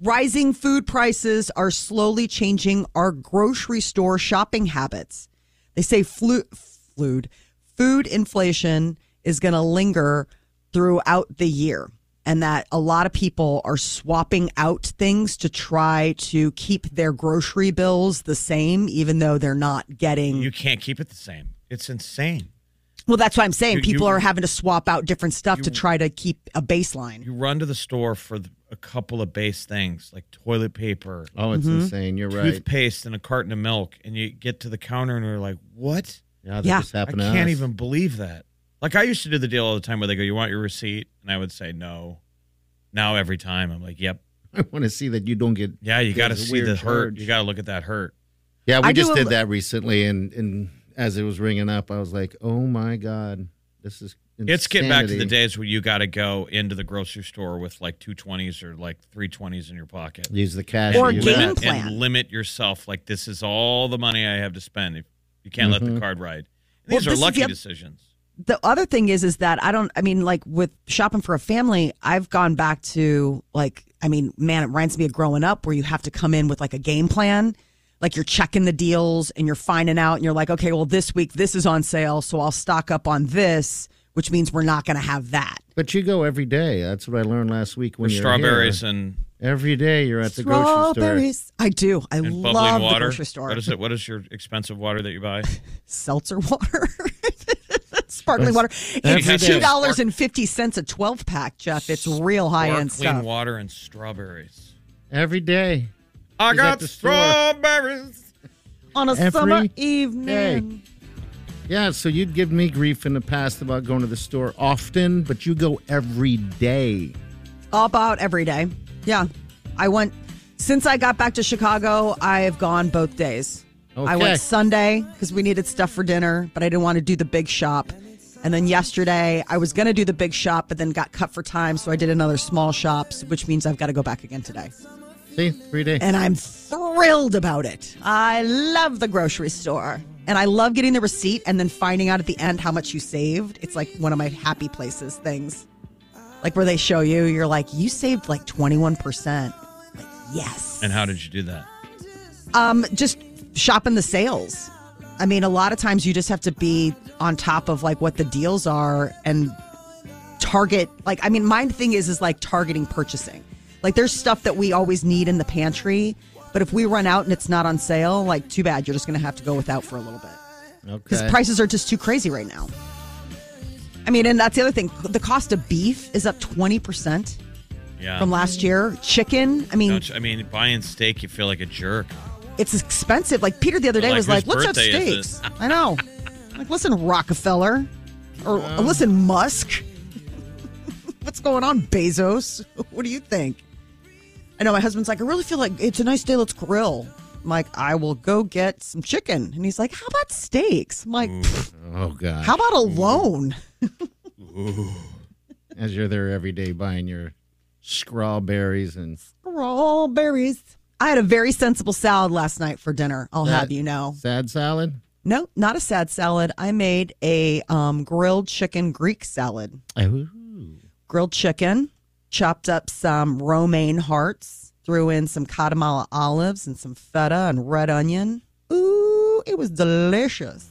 Rising food prices are slowly changing our grocery store shopping habits. They say flu, fluid, food inflation is going to linger throughout the year, and that a lot of people are swapping out things to try to keep their grocery bills the same, even though they're not getting. You can't keep it the same. It's insane. well, that's what I'm saying. You- people you- are having to swap out different stuff to try to keep a baseline. You run to the store for th- a couple of base things like toilet paper, Oh, Mm-hmm. it's insane. You're right. toothpaste, and a carton of milk, and you get to the counter and you're like, "What? Yeah, that Yeah. just I happened. to can't us. even believe that." Like I used to do the deal all the time where they go, "You want your receipt?" and I would say no. Now every time I'm like, "Yep, <laughs> I want to see that you don't get. yeah, you there's got to a see weird the hurt. charge. You got to look at that hurt." yeah, we I do just a did li- that recently, and and as it was ringing up, I was like, oh my god, this is. Insanity. It's getting back to the days where you got to go into the grocery store with like two twenties or like three twenties in your pocket. Use the cash. Or that you game got. limit, plan. and limit yourself. Like this is all the money I have to spend. If you can't Mm-hmm. let the card ride, and Well, these this are is lucky the oth- decisions. the other thing is is that I don't I mean like with shopping for a family, I've gone back to like I mean, man, it reminds me of growing up where you have to come in with like a game plan. like you're checking the deals and you're finding out and you're like, okay, well, this week this is on sale, so I'll stock up on this, which means we're not going to have that. But you go every day. That's what I learned last week when For you're strawberries here. and, Every day you're at the grocery store. Strawberries. I do. I and love bubbling the water. grocery store. What is it? What is your expensive water that <laughs> you buy? Seltzer water. <laughs> Sparkling water. every It's day. two dollars and fifty cents a twelve pack, Jeff. It's real high Or end clean stuff. water and strawberries. Every day. I He's at got the store. strawberries. On a Every summer day. evening. Yeah, so you'd give me grief in the past about going to the store often, but you go every day. about every day. Yeah. I went since I got back to Chicago, I've gone both days. I Okay. went Sunday because we needed stuff for dinner, but I didn't want to do the big shop. And then yesterday, I was going to do the big shop, but then got cut for time. So I did another small shop, which means I've got to go back again today. See, three days. And I'm thrilled about it. I love the grocery store. And I love getting the receipt and then finding out at the end how much you saved. It's like one of my happy places things. Like where they show you, you're like, you saved like 21%. Like, yes. And how did you do that? Um, just shopping the sales. I mean, a lot of times you just have to be on top of like what the deals are and target. Like, I mean, my thing is is like targeting purchasing. Like, there's stuff that we always need in the pantry, but if we run out and it's not on sale, like, too bad. You're just gonna have to go without for a little bit because okay. prices are just too crazy right now. I mean, and that's the other thing. The cost of beef is up twenty percent Yeah. from last year. Chicken. I mean, Don't you- I mean, buying steak, you feel like a jerk. it's expensive. Like Peter the other day Like, was whose like, "Let's have birthday is steaks." I know. Like, listen, Rockefeller, or Oh. listen, Musk. <laughs> What's going on, Bezos? <laughs> What do you think? I know my husband's like, "I really feel like it's a nice day. Let's grill." I'm like, "I will go get some chicken," and he's like, "How about steaks?" I'm like, "Pfft, oh, God. "How about a loan?" As you're there every day buying your strawberries and Strawberries. I had a very sensible salad last night for dinner. I'll That- have you know. sad salad. No, not a sad salad. I made a um, grilled chicken Greek salad. Ooh. Grilled chicken, chopped up some romaine hearts, threw in some katamala olives and some feta and red onion. Ooh, it was delicious.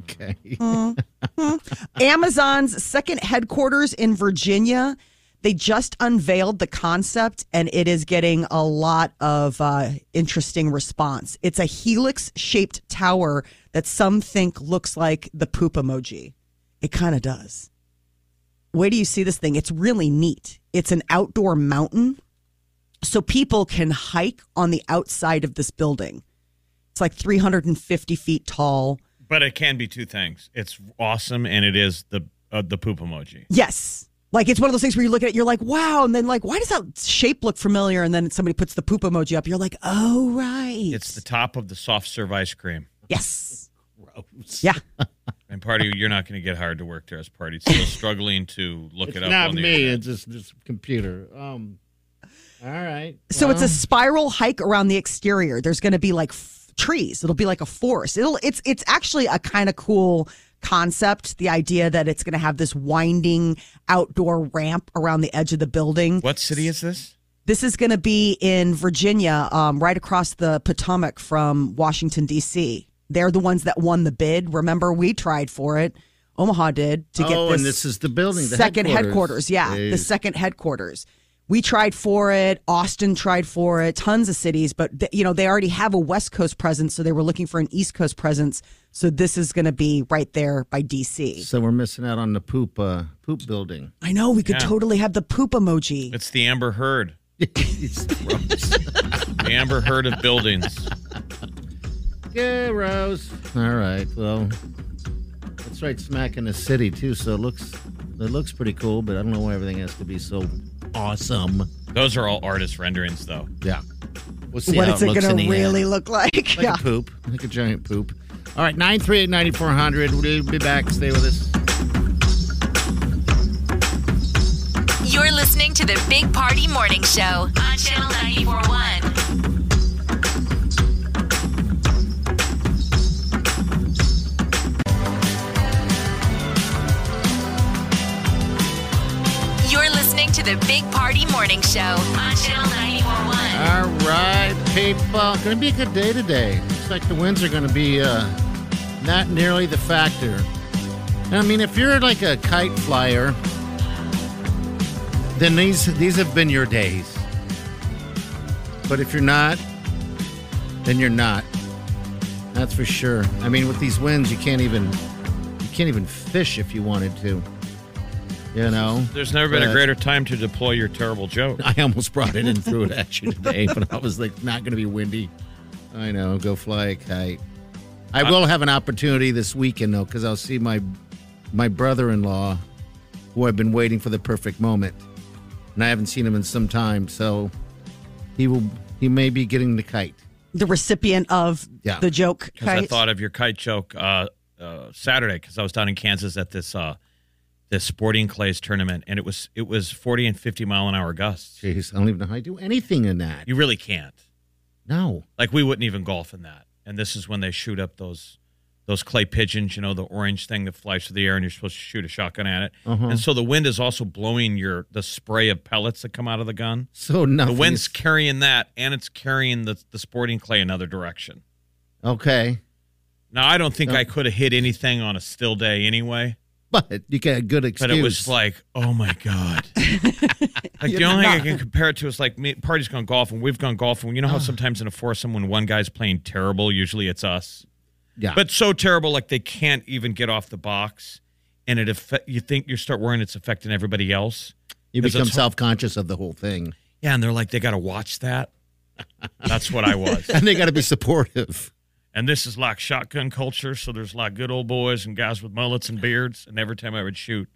Okay. Amazon's second headquarters in Virginia. They just unveiled the concept and it is getting a lot of uh, interesting response. It's a helix shaped tower that some think looks like the poop emoji. It kind of does. Where do you see this thing? It's really neat. It's an outdoor mountain. So people can hike on the outside of this building. It's like 350 feet tall. But it can be two things. It's awesome, and it is the uh, the poop emoji. Yes. Like it's one of those things where you look at it, you're like, wow, and then like, why does that shape look familiar? And then somebody puts the poop emoji up, you're like, oh right. It's the top of the soft serve ice cream. yes. Yeah. And party, you're not going to get hired to work there as party. It's <laughs> still struggling to look It's it up. not on the me. internet. It's just this computer. Um. All right. So it's a Well, spiral hike around the exterior. There's going to be like f- trees. It'll be like a forest. It'll it's it's actually a kind of cool concept. The idea that it's going to have this winding outdoor ramp around the edge of the building. What city is this? This is going to be in Virginia, um, right across the Potomac from Washington, D.C. They're the ones that won the bid. Remember, we tried for it. Omaha did to get oh, this, and this is the building. The second headquarters. Yeah, the Jeez. second headquarters. We tried for it. Austin tried for it. Tons of cities, but th- you know they already have a West Coast presence, so they were looking for an East Coast presence. So this is going to be right there by D.C. So we're missing out on the poop uh, poop building. I know we could Yeah. totally have the poop emoji. It's the Amber Heard. <laughs> It's gross. The Amber Heard of buildings. yeah, Rose. All right. Well, it's right smack in the city too. So it looks it looks pretty cool, but I don't know why everything has to be so awesome. Those are all artist renderings, though. Yeah. We'll see what how is it it looks going in the to end. really look like? Like a poop, like a giant poop. All right, 938 9400. We'll be back. Stay with us. You're listening to the Big Party Morning Show on Channel 941. You're listening to to the Big Party Morning Show on Channel 941. All right, people. Going to be a good day today. Looks like the winds are going to be uh, not nearly the factor. And I mean, if you're like a kite flyer, then these these have been your days. But if you're not, then you're not. That's for sure. I mean, with these winds, you can't even you can't even fish if you wanted to. You know, There's never been a But- greater time to deploy your terrible joke. <laughs> I almost brought it and threw it at you today, but I was like, not going to be windy. I know. Go fly a kite. I will have an opportunity this weekend though, because I'll see my my brother-in-law, who I've been waiting for the perfect moment, and I haven't seen him in some time. So he will. He may be getting the kite. The recipient of Yeah. the joke Because I kite. thought of your kite joke uh, uh, Saturday because I was down in Kansas at this uh, this sporting clays tournament, and it was it was 40 and 50 mile an hour gusts. Jeez, I don't even know how I do anything in that. You really can't. No. Like we wouldn't even golf in that. And this is when they shoot up those those clay pigeons, you know, the orange thing that flies through the air, and you're supposed to shoot a shotgun at it. And so the wind is also blowing your the spray of pellets that come out of the gun. So nothing. The wind's is- carrying that, and it's carrying the, the sporting clay another direction. okay, Now, I don't think I could have hit anything on a still day anyway, but you get a good excuse. but it was like, oh my God. like, the only thing I can compare it to is like, me, party's gone golfing, we've gone golfing. You know how sometimes in a foursome when one guy's playing terrible, usually it's us, yeah. but so terrible, like they can't even get off the box. And it affect, you think you start worrying it's affecting everybody else. you 'cause become it's- self-conscious of the whole thing, Yeah. And they're like, they got to watch that. <laughs> That's what I was. and they got to be supportive. And this is like shotgun culture, so there's like good old boys and guys with mullets and beards. And every time I would shoot,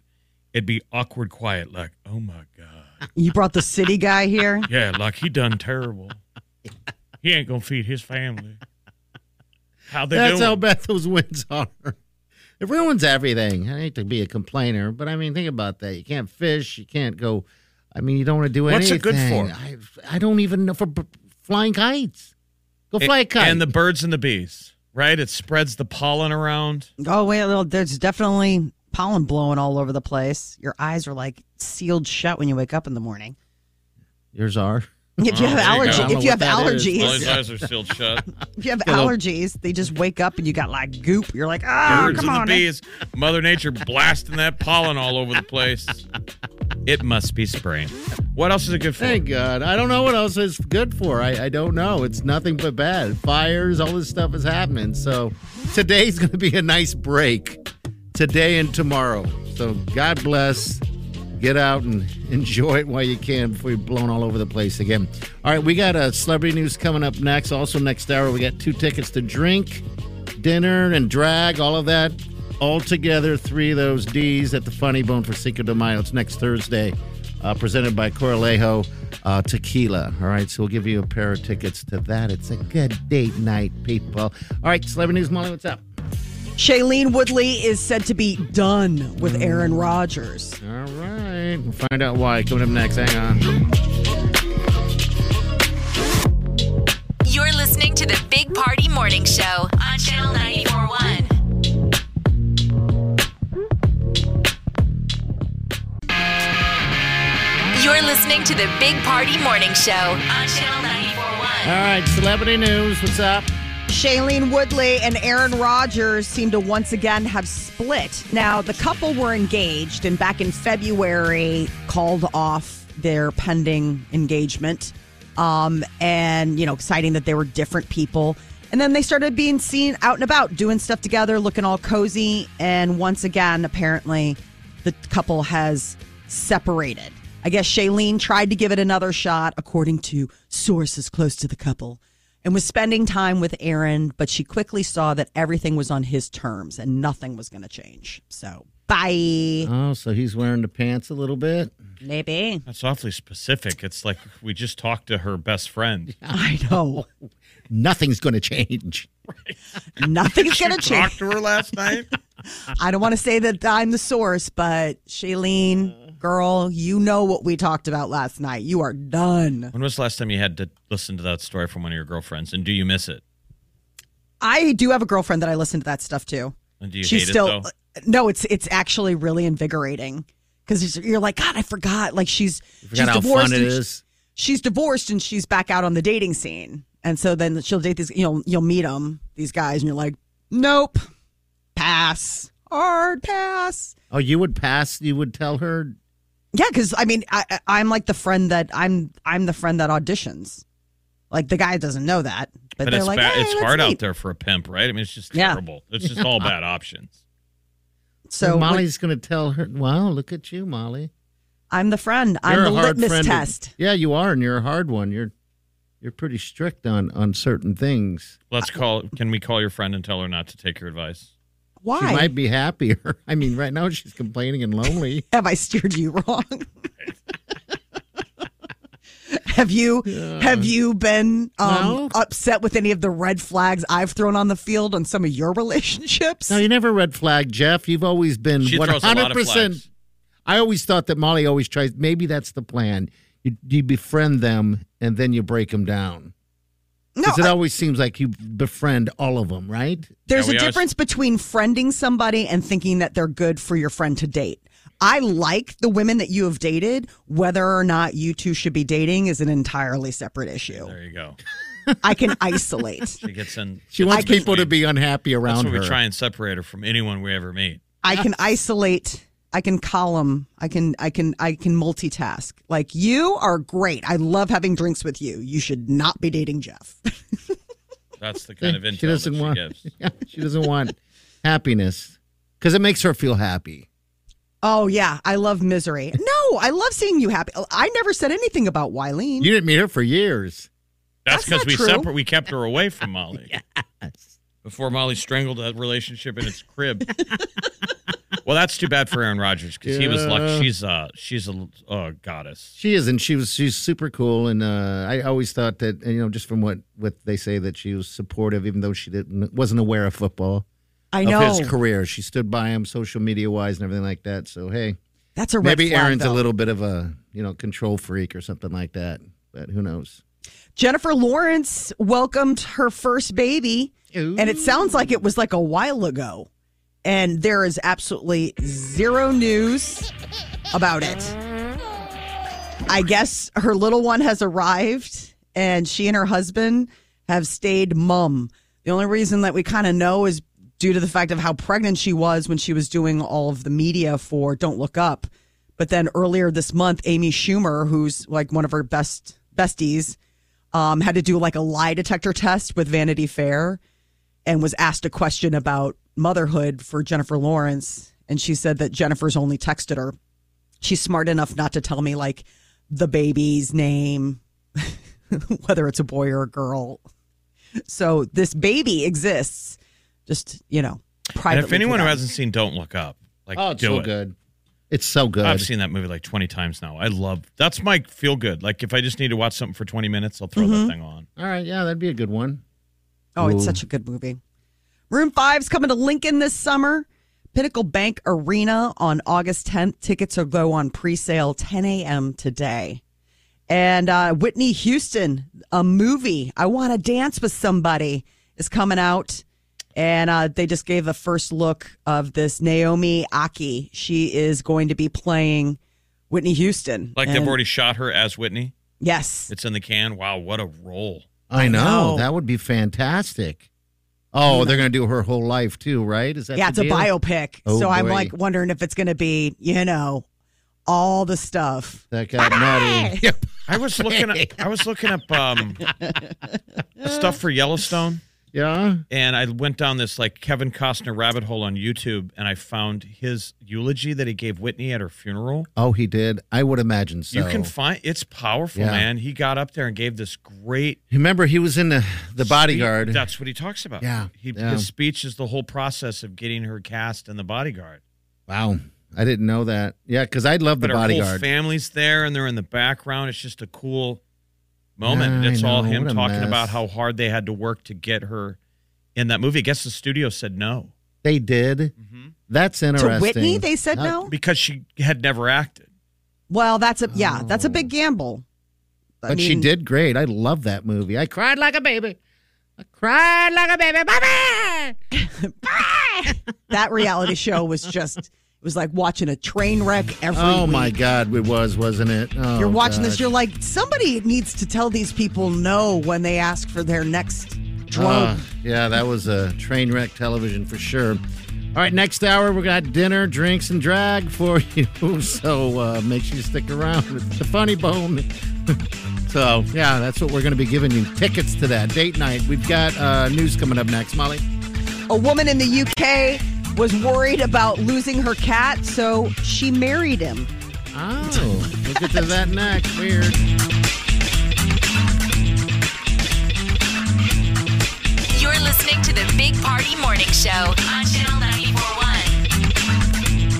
it'd be awkward quiet, like, oh my God. you brought the city guy here. <laughs> Yeah, like he done terrible. He ain't gonna feed his family. How they That's doing? how bad those winds are. It ruins everything. I hate to be a complainer, but I mean, think about that. You can't fish. You can't go. I mean, you don't want to do What's anything. it good for? I, I don't even know for b- flying kites. Go fly a kite. And the birds and the bees, right? It spreads the pollen around. Oh wait, well, there's definitely pollen blowing all over the place. Your eyes are like sealed shut when you wake up in the morning. <laughs> Yours are. If you Oh, have there you go. allergy, I don't know if you have what that is. All allergies, his eyes are sealed shut. if you have allergies, they just wake up and you got like goop. You're like, <laughs> oh, Birds come and the on. in." bees. Mother Nature blasting that pollen all over the place. It must be spring. What else is it good for? Thank God. I don't know what else it's good for. I, I don't know. It's nothing but bad. Fires, all this stuff is happening. So today's going to be a nice break. Today and tomorrow. So God bless. Get out and <laughs> enjoy it while you can before you're blown all over the place again. All right, we got uh, celebrity news coming up next. Also, next hour, we got two tickets to drink, dinner, and drag, all of that. All together, three of those D's at the Funny Bone for Cinco de Mayo. It's next Thursday, uh, presented by Coralejo uh, Tequila. All right, so we'll give you a pair of tickets to that. It's a good date night, people. All right, celebrity news, Molly, what's up? eh." Shailene Woodley is said to be done with Aaron Rodgers. All right, we'll find out why coming up next. Hang on. You're listening to the Big Party Morning Show on Channel 941. You're listening to the Big Party Morning Show on Channel 941. All right, celebrity news, what's up? Shailene Woodley and Aaron Rodgers seem to once again have split. Now, the couple were engaged and back in February called off their pending engagement um, and, you know, citing that they were different people. And then they started being seen out and about, doing stuff together, looking all cozy. And once again, apparently, the couple has separated. I guess Shailene tried to give it another shot, according to sources close to the couple and was spending time with Aaron, but she quickly saw that everything was on his terms and nothing was going to change. So, bye. Oh, so he's wearing the pants a little bit. Maybe. That's awfully specific. It's like we just talked to her best friend. <laughs> I know. Nothing's going to change. Nothing's going to Talked change. to her last night. <laughs> I don't want to say that I'm the source, but Uh. Shailene, girl, you know what we talked about last night. You are done. When was the last time you had to listen to that story from one of your girlfriends? And do you miss it? I do have a girlfriend that I listen to that stuff to. And do you She's hate still uh, it though? no, it's it's actually really invigorating because you're like, God, I forgot. Like she's she's forgot how divorced. fun it and she- is. she's divorced and she's back out on the dating scene, and so then she'll date these. You know, you'll meet them, these guys, and you're like, Nope, pass, hard pass. Oh, you would pass. You would tell her. Yeah, because I mean, I, I- I'm like the friend that I'm. I'm the friend that auditions. Like the guy doesn't know that, but, But they're it's like, ba- "Hey, it's let's hard meet." out there for a pimp, right? I mean, it's just Yeah. terrible. It's just all bad options. So when- Molly's going to tell her. Wow, look at you, Molly. I'm the friend. I'm You're the a hard litmus friend to- test. yeah, you are, and you're a hard one. You're you're pretty strict on on certain things. Let's call. Can we call your friend and tell her not to take your advice? Why She might be happier. <laughs> I mean, right now she's complaining and lonely. have I steered you wrong? have you have you been um, No. upset with any of the red flags I've thrown on the field on some of your relationships? No, you never red flag, Jeff. You've always been She one throws a lot hundred of percent. flags. I always thought that Molly always tries. Maybe that's the plan. You, you befriend them and then you break them down. No, Because it I- always seems like you befriend all of them, right? there's Yeah, we a are- difference between friending somebody and thinking that they're good for your friend to date. I like the women that you have dated. Whether or not you two should be dating is an entirely separate issue. There you go. I can isolate. She gets in. She wants people to between. be unhappy That's around why her. we try and separate her from anyone we ever meet. I can isolate. I can column. I can I can I can multitask. Like you are great. I love having drinks with you. You should not be dating Jeff. <laughs> That's the kind of <laughs> intel she doesn't that want. she gives. <laughs> Yeah, she doesn't want happiness because it makes her feel happy. Oh yeah, I love misery. No, I love seeing you happy. I never said anything about Wileen. You didn't meet her for years. That's That's not because we true. separate. We kept her <laughs> away from Molly. Before Molly strangled that relationship in its crib. <laughs> well, that's too bad for Aaron Rodgers because he was Yeah. lucky. She's uh she's a uh, goddess. She is, and she was she's super cool, and uh, I always thought that you know just from what what they say that she was supportive, even though she didn't wasn't aware of football I of know. his career. She stood by him, social media wise, and everything like that. So hey, That's a red maybe flag, Aaron's though. a little bit of a you know control freak or something like that, but who knows? Jennifer Lawrence welcomed her first baby, Ooh. and it sounds like it was like a while ago. And there is absolutely zero news about it. I guess her little one has arrived, and she and her husband have stayed mum. The only reason that we kind of know is due to the fact of how pregnant she was when she was doing all of the media for Don't Look Up. But then earlier this month, Amy Schumer, who's like one of her best besties, um, had to do like a lie detector test with Vanity Fair and was asked a question about motherhood for Jennifer Lawrence. And she said that Jennifer's only texted her. She's smart enough not to tell me like the baby's name, <laughs> whether it's a boy or a girl. So this baby exists, just, you know, And privately. if anyone who for them. hasn't seen Don't Look Up, like Oh, it's do so it. good. It's so good. I've seen that movie like twenty times now. I love that's my feel good. Like if I just need to watch something for twenty minutes, I'll throw that thing on. All right, yeah, that'd be a good one. Oh, Ooh. it's such a good movie. Room Five's coming to Lincoln this summer. Pinnacle Bank Arena on August 10th. Tickets will go on pre-sale 10 a.m. today. And uh, Whitney Houston, a movie, I Want to Dance with Somebody, is coming out. And uh, they just gave a first look of this Naomi Aki. She is going to be playing Whitney Houston. Like And- they've already shot her as Whitney. Yes. It's in the can. Wow, what a role. I know. know. That would be fantastic. Oh, they're going to do her whole life too, right? Is that yeah, the it's a deal? biopic. Oh, so I'm boy. like wondering if it's going to be, you know, all the stuff. That got nutty. Yep. I was looking up, I was looking up um, stuff for Yellowstone. Yeah. and I went down this like Kevin Costner rabbit hole on YouTube, and I found his eulogy that he gave Whitney at her funeral. Oh, he did. I would imagine so. you can find it's powerful, Yeah. man. He got up there and gave this great Remember, he was in the, the bodyguard. speech. That's what he talks about. Yeah, he, yeah. his speech is the whole process of getting her cast in the bodyguard. wow. I didn't know that. Yeah, because I love the But her whole bodyguard. family's there, and they're in the background. It's just a cool moment. Yeah, I it's all know. him What a talking mess. about how hard they had to work to get her in that movie. I guess the studio said no they did. Mm-hmm. That's interesting. Whitney, they said Uh, no? because she had never acted. Well, that's a yeah, that's a big gamble. I Oh. But she mean, did great. I love that movie. I cried like a baby. I cried like a baby. Bye <laughs> That reality show was just it was like watching a train wreck every Oh week. my God, it was, wasn't it? Oh, You're watching this, gosh. you're like, somebody needs to tell these people no when they ask for their next drone. Uh, yeah, that was a train wreck television for sure. All right, next hour we're gonna have dinner, drinks, and drag for <laughs> you. So uh, make sure you stick around with the funny bone. <laughs> so yeah, that's what we're gonna be giving you tickets to that date night. We've got uh, news coming up next, Molly. Uh. a woman in the UK was worried about losing her cat, so she married him. Oh, <laughs> we'll get to that next. Weird. You're listening to the Big Party Morning Show on Channel 941.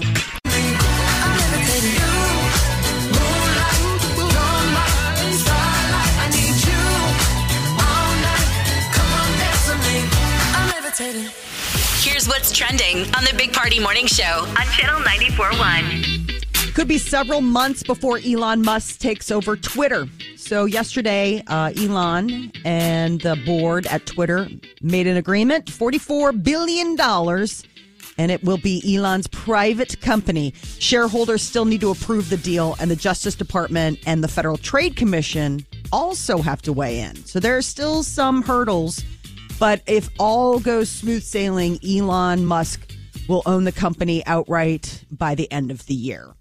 Here's what's trending on the Big Party Morning Show on Channel 941. Could be several months before Elon Musk takes over Twitter. So, yesterday, uh, Elon and the board at Twitter made an agreement $44 billion, and it will be Elon's private company. Shareholders still need to approve the deal, and the Justice Department and the Federal Trade Commission also have to weigh in. So, there are still some hurdles, but if all goes smooth sailing, Elon Musk will own the company outright by the end of the year.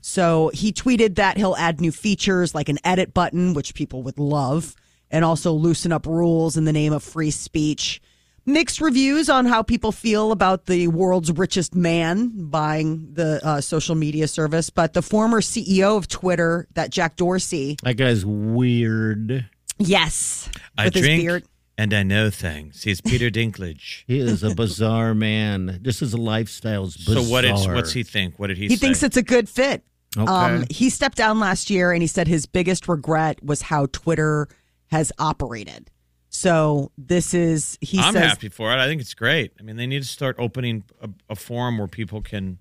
So he tweeted that he'll add new features like an edit button, which people would love, and also loosen up rules in the name of free speech. Mixed reviews on how people feel about the world's richest man buying the uh, social media service, but the former CEO of Twitter, that Jack Dorsey, That guy's weird. yes, I with his drink beard. and I know things. He's Peter Dinklage. He is a bizarre man. This is a lifestyle's bizarre. So what? It's what's he think? What did he? He say? thinks it's a good fit. Okay. Um, he stepped down last year and he said his biggest regret was how Twitter has operated. So this is, he I'm says, happy for it. I think it's great. I mean, they need to start opening a, a forum where people can.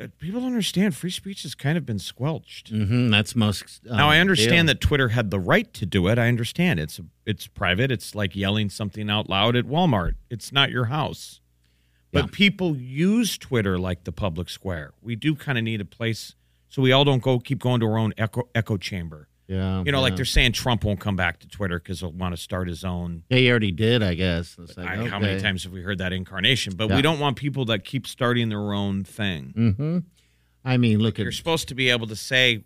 uh, People don't understand free speech has kind of been squelched. hmm that's Musk's. um, Now I understand deal. that Twitter had the right to do it. I understand it's it's private. It's like yelling something out loud at Walmart. It's not your house. But people use Twitter like the public square. We do kind of need a place so we all don't go keep going to our own echo echo chamber. Yeah, You know, like Oh, yeah. they're saying Trump won't come back to Twitter because he'll want to start his own Yeah, he already did, I guess. It's like, I, How many okay. times have we heard that incarnation? But Yeah. we don't want people that keep starting their own thing. Mm-hmm. I mean, look at You're supposed to be able to say,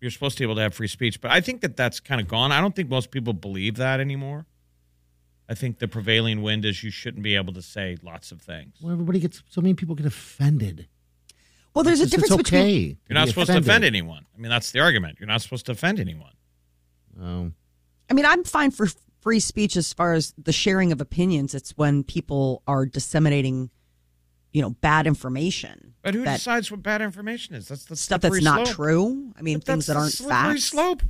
you're supposed to be able to have free speech. But I think that that's kind of gone. I don't think most people believe that anymore. I think the prevailing wind is you shouldn't be able to say lots of things. well, everybody gets so many people get offended. well, there's a It's, difference it's between okay. to You're not be supposed to offend anyone. I mean, that's the argument. You're not supposed to offend anyone. Oh, I mean, I'm fine for free speech as far as the sharing of opinions. It's when people are disseminating, you know, bad information. But who that decides what bad information is? That's the stuff that's slippery not slope. true? I mean, But things that's that the aren't slippery facts. slope.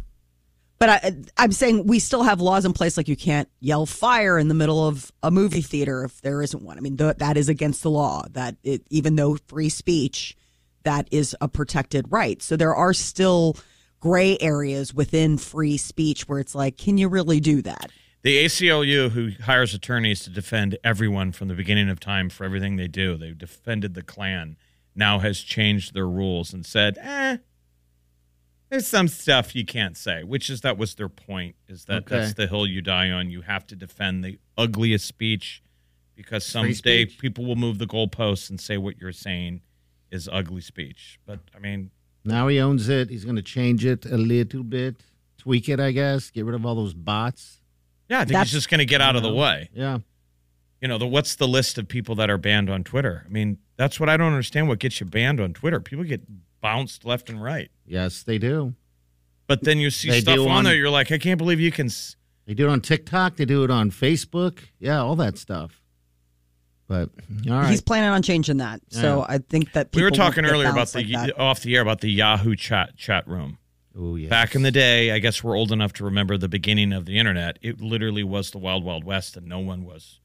But I, I'm saying we still have laws in place, like you can't yell fire in the middle of a movie theater if there isn't one. I mean, th- that is against the law. That it, even though free speech, that is a protected right. So there are still gray areas within free speech where it's like, can you really do that? The ACLU, who hires attorneys to defend everyone from the beginning of time for everything they do, they defended the Klan, now has changed their rules and said, eh, there's some stuff you can't say, which is that was their point, is that Okay. that's the hill you die on. You have to defend the ugliest speech because Free someday speech. people will move the goalposts and say what you're saying is ugly speech. But I mean, now he owns it. He's going to change it a little bit, tweak it, I guess. Get rid of all those bots. yeah, I think That's- he's just going to get out of the way. Yeah, you know, the what's the list of people that are banned on Twitter? I mean, that's what I don't understand. What gets you banned on Twitter? People get bounced left and right. yes, they do. But then you see They stuff do on, on- there, you're like, I can't believe you can. s- They do it on TikTok. They do it on Facebook. Yeah, all that stuff. But all right, He's planning on changing that. So Yeah. I think that people We were will talking get earlier about bounced the like that. off the air about the Yahoo chat chat room. oh yeah, Back in the day, I guess we're old enough to remember the beginning of the internet. It literally was the wild wild west, and no one was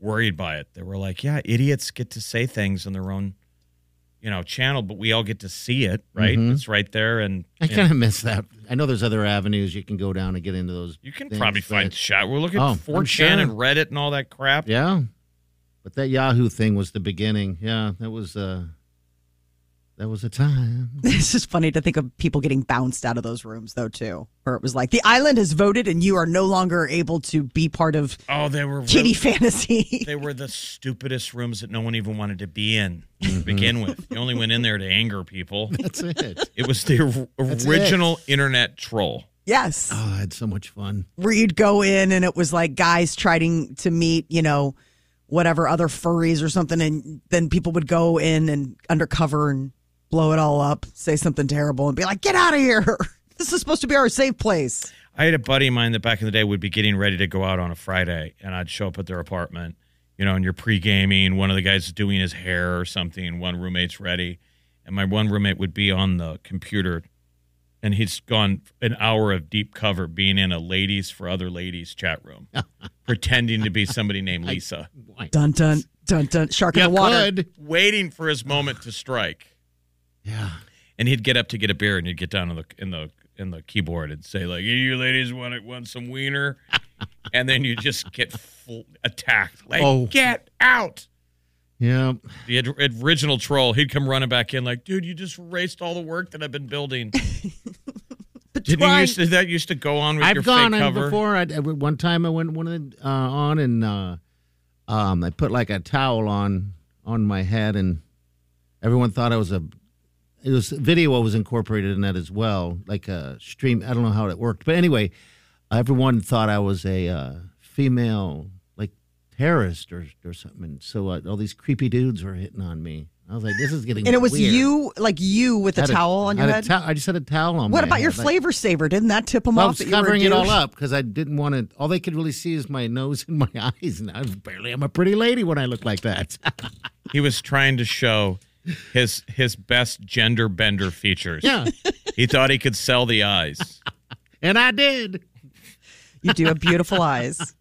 worried by it. They were like, yeah, idiots get to say things in their own, you know, channel, but we all get to see it, right? Mhm. It's right there, and I you know, kind of miss that. I know there's other avenues you can go down and get into those. You can things, probably find but- chat. We're looking Oh, at I'm 4chan sure. and Reddit and all that crap. Yeah. But that Yahoo thing was the beginning. Yeah, that was uh There was a time. <laughs> It's just funny to think of people getting bounced out of those rooms, though, too, where it was like the island has voted and you are no longer able to be part of Oh, they were kitty <laughs> fantasy. they were the stupidest rooms that no one even wanted to be in Mm-hmm. to begin with. You only went in there to anger <laughs> people. That's <laughs> it. It was the or- That's it. original internet troll. yes. Oh, I had so much fun. Where you'd go in and it was like guys trying to meet, you know, whatever other furries or something. And then people would go in and undercover and blow it all up, say something terrible and be like, get out of here. <laughs> This is supposed to be our safe place. I had a buddy of mine that back in the day would be getting ready to go out on a Friday, and I'd show up at their apartment, you know, and you're pre gaming. One of the guys is doing his hair or something. One roommate's ready, and my one roommate would be on the computer, and he's gone an hour of deep cover being in a ladies for other ladies chat room, pretending to be somebody named Lisa, Dun, dun, dun, dun. Shark in the water. Good. waiting for his moment to strike. Yeah. and he'd get up to get a beer and he'd get down in the in the in the keyboard and say like you ladies want want some <laughs> wiener and then you just get full attacked like Oh. get out Yeah. the ad- original troll he'd come running back in like dude you just erased all the work that i've been building didn't you try- used to that used to go on with your I've gone fake in cover before. I, I- one time I went one of the, uh, on and uh, um, I put like a towel on on my head, and everyone thought I was a. It was video was incorporated in that as well, like a stream. I don't know how it worked, but anyway, everyone thought I was a uh, female like terrorist or or something. And so uh, all these creepy dudes were hitting on me. I was like, this is getting And it was weird. you, like you with I the had a- towel I on your had a head. towel- I just had a towel on. What my about your head, like- flavor saver? Didn't that tip them well, I was off? that you were a covering it all douche? up because I didn't want to. All they could really see is my nose and my <laughs> eyes, and I barely am a pretty lady when I look like that. <laughs> he was trying to show his his best gender bender features yeah, he thought he could sell the eyes and I did. You do have beautiful <laughs> eyes.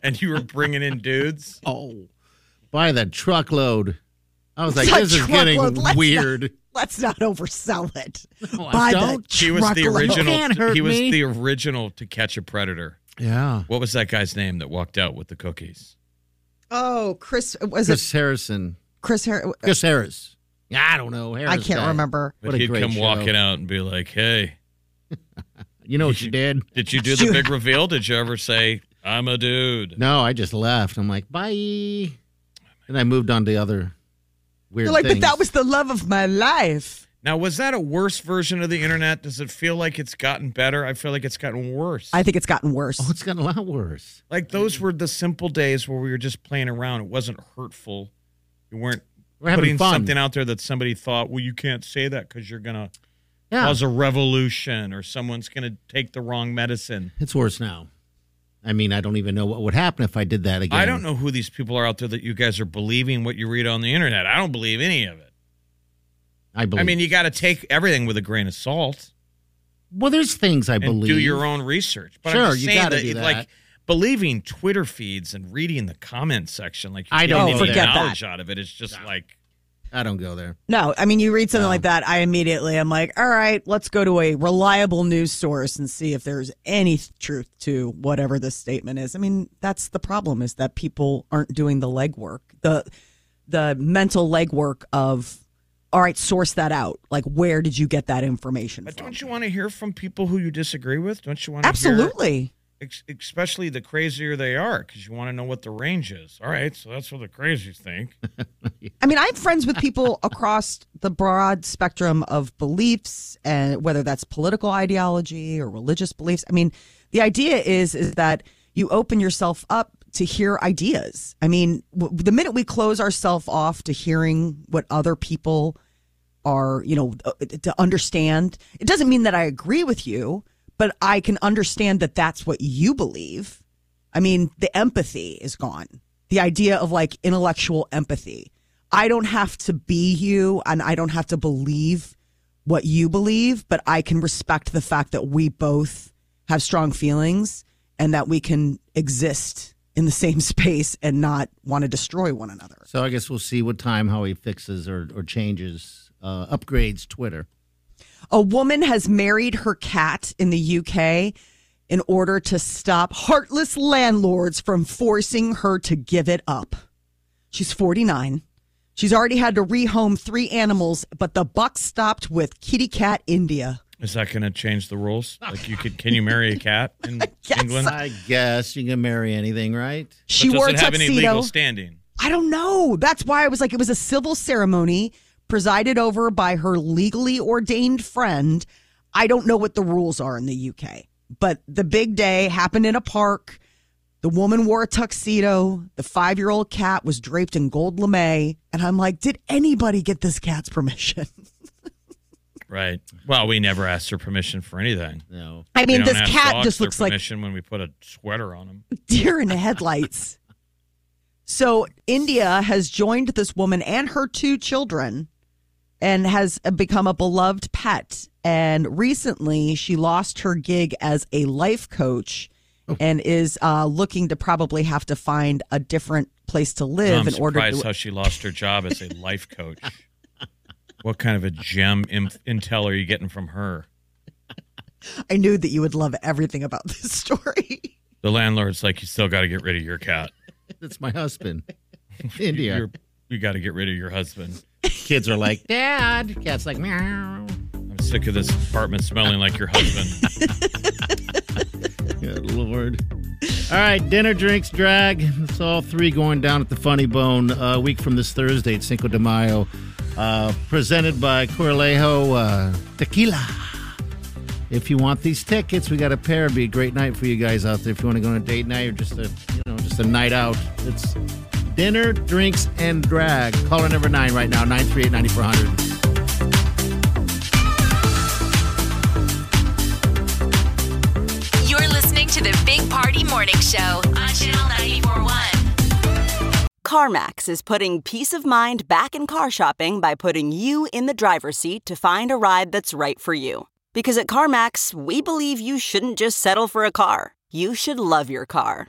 and you were bringing in dudes Oh, by the truckload, I was like, The this is truckload, getting let's weird. Let's not oversell it. <laughs> No, I By the don't. He was the truckload. original. can't hurt he was me. the original to catch a predator. Yeah, What was that guy's name that walked out with the cookies? Oh, Chris, was it Chris Harrison, Chris? Har- Chris Harris. I don't know. Harris I can't guy. remember. But What a he'd great come show. walking out and be like, "Hey, You know what you did? did you <laughs> do the big reveal? Did you ever say I'm a dude?" No, I just left. I'm like, bye. And I moved on to other weird. You're like, things. but that was the love of my life. Now, was that a worse version of the internet? Does it feel like it's gotten better? I feel like it's gotten worse. I think it's gotten worse. Oh, it's gotten a lot worse. like those were the simple days where we were just playing around. It wasn't hurtful. You weren't We're having putting fun. something out there that somebody thought, "Well, you can't say that because you're gonna Yeah. cause a revolution or someone's gonna take the wrong medicine." It's worse now. I mean, I don't even know what would happen if I did that again. I don't know who these people are out there that you guys are believing what you read on the internet. I don't believe any of it. I believe. I mean, you got to take everything with a grain of salt well, there's things I and believe. do your own research. But Sure, I'm just you saying gotta that, do that. like believing Twitter feeds and reading the comment section, like you I can't don't even go get there. knowledge out of it. It's just like I don't go there. No, I mean, you read something like that, I immediately am like, all right, let's go to a reliable news source and see if there's any truth to whatever this statement is. I mean, that's the problem is that people aren't doing the legwork, the the mental legwork of, all right, source that out. Like, where did you get that information But from? don't you want to hear from people who you disagree with? Don't you want to Absolutely. ex- especially the crazier they are, because you want to know what the range is. All right, so that's what the crazies think. I mean, I'm friends with people across the broad spectrum of beliefs, and whether that's political ideology or religious beliefs. I mean, the idea is is that you open yourself up to hear ideas. I mean, w- the minute we close ourselves off to hearing what other people are, you know, uh, to understand, it doesn't mean that I agree with you, but I can understand that that's what you believe. I mean, the empathy is gone. The idea of like intellectual empathy. I don't have to be you and I don't have to believe what you believe, but I can respect the fact that we both have strong feelings and that we can exist in the same <laughs> space and not want to destroy one another. So I guess we'll see what time how he fixes or, or changes, uh, upgrades Twitter. A woman has married her cat in the UK in order to stop heartless landlords from forcing her to give it up. She's 49. She's already had to rehome three animals, but the buck stopped with kitty cat India. Is that going to change the rules? Like, you could can you marry a cat in guess England? so. But I guess you can marry anything, right? She does wore a it have any tuxedo. legal standing? I don't know. That's why I was like, it was a civil ceremony presided over by her legally ordained friend. I don't know what the rules are in the UK, but the big day happened in a park. The woman wore a tuxedo. The five year old cat was draped in gold lame. And I'm like, did anybody get this cat's permission? Right. Well, we never asked her permission for anything. No. I We mean, don't this ask cat dogs just their looks like permission when we put a sweater on them. deer in the headlights. so India has joined this woman and her two children and has become a beloved pet. And recently she lost her gig as a life coach Oh. and is uh, looking to probably have to find a different place to live I'm in order surprised to how she lost her job as a <laughs> life coach. what kind of a gem in- intel are you getting from her? I knew that you would love everything about this <laughs> story. The landlord's like, you still got to get rid of your cat. That's my <laughs> husband. India. You're, you got to get rid of your husband. Kids are like, Dad. Cat's like, meow. I'm sick of this apartment smelling like your husband. Good Lord. All right, dinner, drinks, drag. It's all three going down at the Funny Bone uh, a week from this Thursday at Cinco de Mayo. Uh, presented by Corlejo uh, Tequila. If you want these tickets, we got a pair. It'd be a great night for you guys out there. If you want to go on a date night or just a you know just a night out, it's dinner, drinks, and drag. Caller number nine right now, 938 9400. You're listening to the Big Party Morning Show on Channel 941. CarMax is putting peace of mind back in car shopping by putting you in the driver's seat to find a ride that's right for you. Because at CarMax, we believe you shouldn't just settle for a car, you should love your car.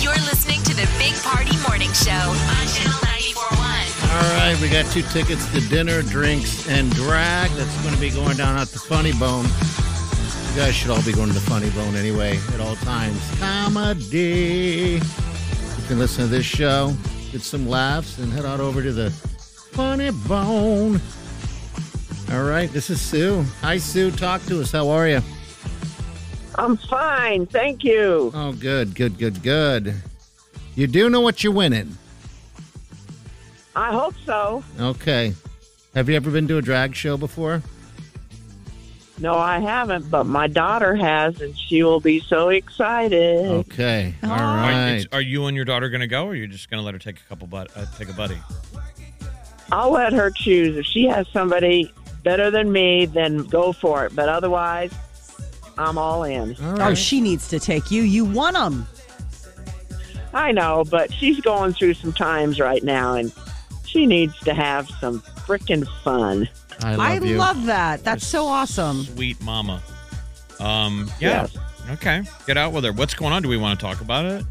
You're listening to the Big Party Morning Show on Channel 941. All right, we got two tickets to dinner, drinks, and drag. That's going to be going down at the Funny Bone. You guys should all be going to the Funny Bone anyway at all times. Comedy. You can listen to this show, get some laughs, and head on over to the Funny Bone. All right, this is Sue. Hi, Sue. Talk to us. How are you? I'm fine, thank you. Oh, good, good, good, good. You do know what you're winning. I hope so. Okay. Have you ever been to a drag show before? No, I haven't, but my daughter has, and she will be so excited. Oh. Okay. All Are, right. it's- are you and your daughter going to go, or you are just going to let her take a couple, bud- uh, take a buddy? I'll let her choose. If she has somebody better than me, then go for it. But otherwise, I'm all in. All Oh, right. she needs to take you. You won them. I know, but she's going through some times right now, and she needs to have some frickin' fun. I love I you. love that. That's so awesome. Sweet mama. Um. Yeah. Okay. Get out with her. What's going on? Do we want to talk about it?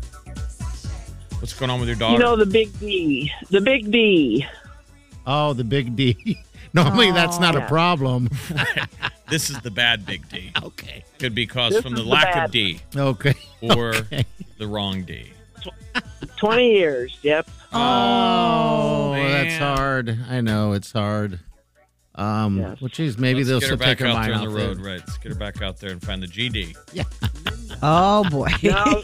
What's going on with your daughter? You know, the big D. The big D. oh, the big D. <laughs> Normally, that's not a yeah. problem. this is the bad big <laughs> D. Okay. Could be caused This from is the the lack of bad. D Okay. <laughs> or the wrong D. 20 years, yep. Oh, that's man. hard. I know it's hard. Um, Yes. well, geez, maybe Let's they'll get still her back take her out mind there on off the it. road, right? Let's get <laughs> her back out there and find the GD. Oh, boy. No.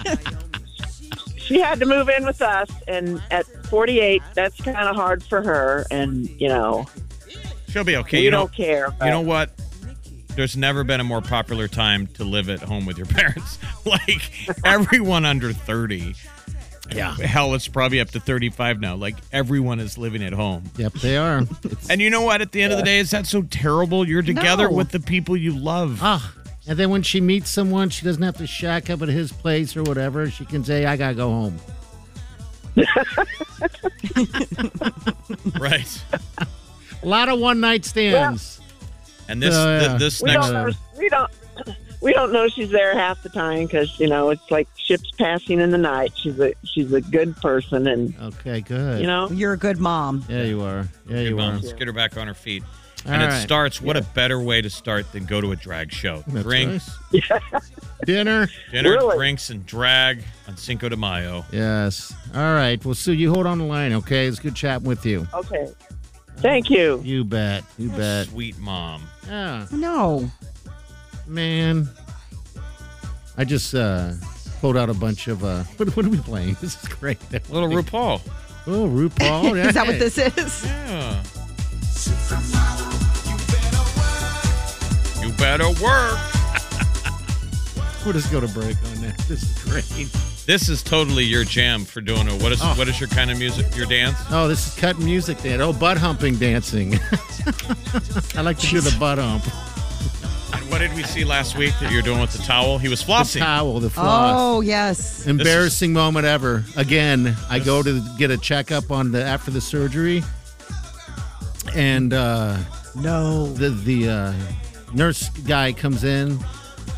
she had to move in with us, and at 48, that's kind of hard for her. And you know, She'll be okay. we you know, don't care. But, you know uh, what? There's never been a more popular time to live at home with your <laughs> parents. like everyone under 30. Yeah. Hell, it's probably up to 35 now. Like everyone is living at home. Yep, they <laughs> are. It's, And you know what? At the end of the day, is that so terrible? You're together No. with the people you love. <laughs> ah, and then when she meets someone, she doesn't have to shack up at his place or whatever. She can say, "I gotta go home." Right. A lot of one night stands. And this Oh, th- yeah. this we next don't know. We don't. We don't know she's there half the time because you know it's like ships passing in the night. She's a she's a good person, and Okay, good. you know You're a good mom. yeah, you are. Yeah, you Good are. mom. Let's get her back on her feet. and All it right. starts. What a better way to start than go to a drag show. That's drinks, Dinner. dinner, Really? drinks, and drag on Cinco de Mayo. Yes. All right. Well, Sue, you hold on the line, okay? It's good chatting with you. okay. Thank you. You bet. You bet. Sweet mom. Yeah, No. man. I just uh pulled out a bunch of uh <laughs> what, what are we playing? This is great. Little RuPaul. Oh, RuPaul. <laughs> Is that what hey. this is? Yeah. You better work. We'll just go to break on that. This is great. This is totally your jam for doing it. What is Oh. what is your kind of music? Your dance? Oh, this is cut music dance. Oh, butt humping dancing. <laughs> I like to do the butt hump. And what did we see last week that you're doing with the towel? He was The flossing. towel, the floss. Oh, yes. Embarrassing moment ever. Again, I go to get a checkup on the after the surgery, and uh, No. the the uh, nurse guy comes in,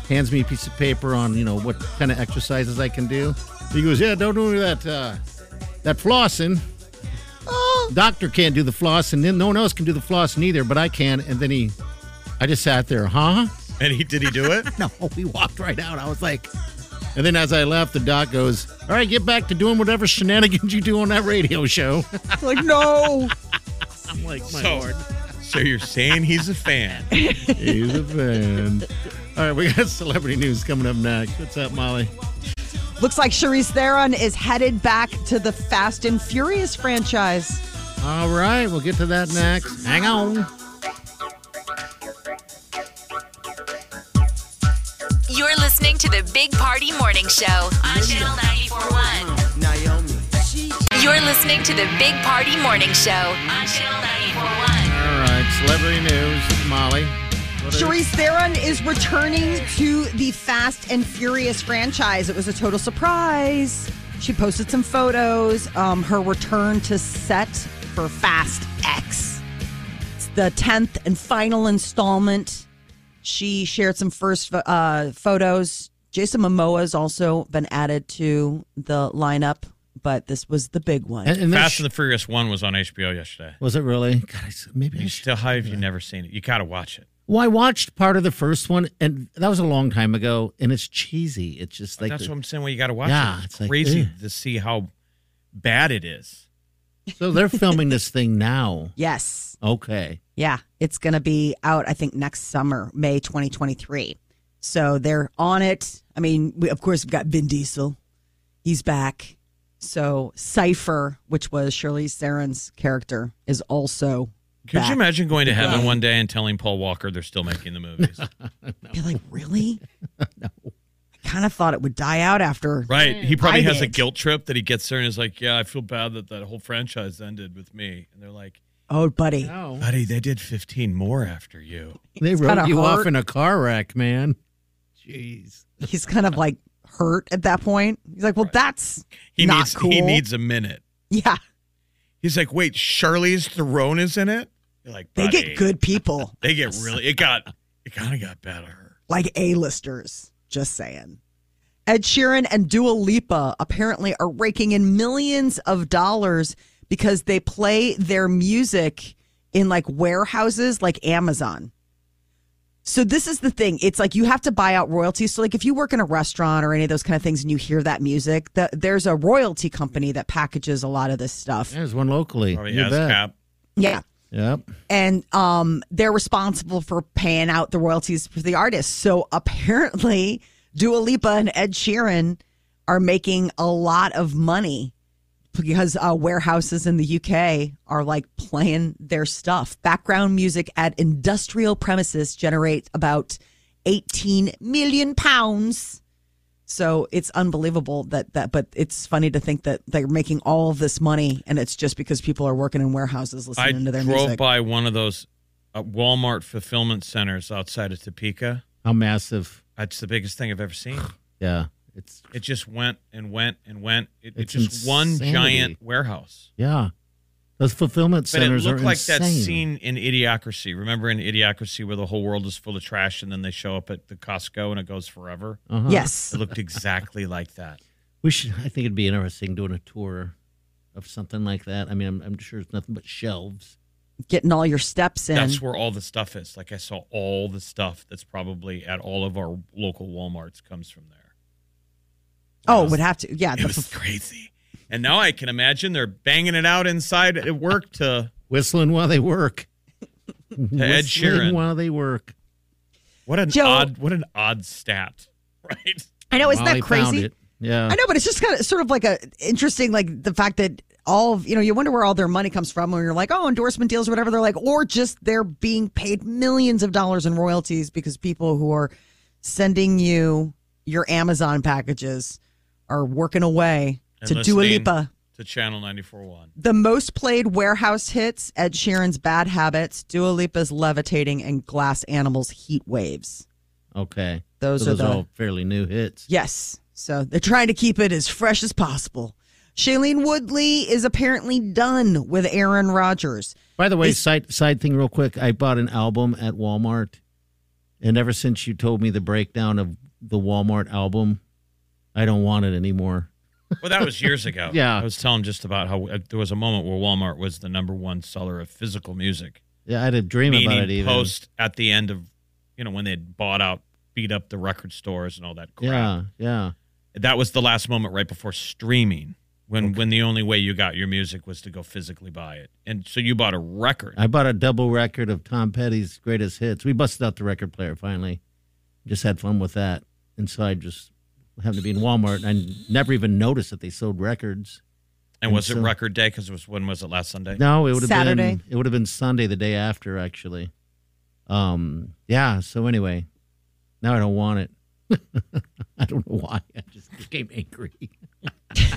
hands me a piece of paper on you know what kind of exercises I can do. He goes, "Yeah, don't do that uh, that flossing. Doctor can't do the flossing. Then no one else can do the flossing either, but I can." And then he, I just sat there, huh? And he did he do it? <laughs> No, we walked right out. I was like, and then as I left, the doc goes, "All right, get back to doing whatever shenanigans you do on that radio show." <laughs> Like, no. I'm like, my So- lord, so you're saying he's <laughs> a fan? he's a fan. All right, we got <laughs> celebrity news coming up next. What's up, Molly? Looks like Charisse Theron is headed back to the Fast and Furious franchise. All right, we'll get to that next. Hang on. You're listening to the Big Party Morning Show on Channel 941. You're listening to the Big Party Morning Show on Channel 941. All right, celebrity news, Molly. What is- Charisse Theron is returning to the Fast and Furious franchise. It was a total surprise. She posted some photos. Um, her return to set for Fast X. It's the tenth and final installment. She shared some first uh, photos. Jason Momoa has also been added to the lineup, but this was the big one. And, and this- Fast and the Furious One was on HBO yesterday. <laughs> was it really? God, I, s- maybe I You should. still how have you never seen it? You gotta watch it. Well, I watched part of the first one, and that was a long time ago, and it's cheesy. It's just like That's the- what I'm saying. Well, you gotta watch Yeah, it. it's It's like, crazy eh. ugh. to see how bad it is. <laughs> so they're filming this thing now. yes. Okay. Yeah, it's going to be out, I think, next summer, May 2023. So they're on it. I mean, we, of course, we've got Vin Diesel. He's back. So Cypher, which was Shirley Theron's character, is also Could back. you imagine going to heaven one day and telling Paul Walker they're still <laughs> making the movies? Be like, really? no. I kind of thought it would die out after. right. He probably I has a did. guilt trip that he gets there and is like, Yeah, I feel bad that that whole franchise ended with me. And they're like, Oh, buddy. No. Buddy, they did 15 more after you. They kinda rode you off hurt. in a car wreck, man. Jeez. He's kind of like hurt at that point. He's like, well, that's He not needs cool. he needs a minute. Yeah. He's like, Wait, Charlie's Theron is in it? You're like, They "Buddy, get good people, They get really it got it kinda got better. like A-listers. Just saying. Ed Sheeran and Dua Lipa apparently are raking in millions of dollars because they play their music in like warehouses like Amazon. So this is the thing. It's like you have to buy out royalties. So like if you work in a restaurant or any of those kind of things and you hear that music, the, there's a royalty company that packages a lot of this stuff. There's one locally. Probably you bet. ASCAP. Yeah. Yep. and um, they're responsible for paying out the royalties for the artists. So apparently, Dua Lipa and Ed Sheeran are making a lot of money because uh, warehouses in the UK are like playing their stuff. Background music at industrial premises generates about 18 million pounds. So it's unbelievable that that, but it's funny to think that they're making all of this money, and it's just because people are working in warehouses I listening to their drove music. by one of those uh, Walmart fulfillment centers outside of Topeka. How massive? That's the biggest thing I've ever seen. Yeah, it's It just went and went and went. It, it's It's just one insanity. giant warehouse. yeah. Those fulfillment But it centers looked are like insane. that scene in Idiocracy. Remember in Idiocracy where the whole world is full of trash and then they show up at the Costco and it goes forever? Uh-huh. Yes, It looked exactly like that. we should. I think it'd be interesting doing a tour of something like that. I mean, I'm, I'm sure it's nothing but shelves. getting all your steps in. That's where all the stuff is. Like I saw all the stuff that's probably at all of our local Walmarts comes from there. oh, would have to. Yeah, It the was crazy. And now I can imagine they're banging it out inside at work to Whistling while they work. <laughs> to Ed Whistling Sheeran. while they work. What an Joe- odd what an odd stat, <laughs> right? I know, Oh, isn't Molly that found crazy? it. Yeah. I know, but it's just kind of sort of like a interesting, like the fact that all of, you know, you wonder where all their money comes from when you're like, oh, endorsement deals or whatever. They're like, or just they're being paid millions of dollars in royalties because people who are sending you your Amazon packages are working away And to Dua listening Lipa. To Channel 94.1. The most played warehouse hits Ed Sheeran's Bad Habits, Dua Lipa's Levitating, and Glass Animals Heat Waves. Okay. Those So are those the- all fairly new hits. Yes. So they're trying to keep it as fresh as possible. Shailene Woodley is apparently done with Aaron Rodgers. By the way, side side thing real quick. I bought an album at Walmart, and ever since you told me the breakdown of the Walmart album, I don't want it anymore. Well, that was years ago. <laughs> Yeah. I was telling just about how uh, there was a moment where Walmart was the number one seller of physical music. Yeah, I had a dream meaning about it even. post at the end of, you know, when they'd bought out, beat up the record stores and all that crap. yeah, yeah. That was the last moment right before streaming. When, when the only way you got your music was to go physically buy it. And so you bought a record. I bought a double record of Tom Petty's greatest hits. We busted out the record player finally. Just had fun with that. And so I just happened to be in Walmart and I never even noticed that they sold records. And was And it so- record day? Because was when was it last Sunday? No, it would have Saturday. been it would have been Sunday the day after actually. Um yeah, so anyway, now I don't want it. <laughs> I don't know why. I just became angry. I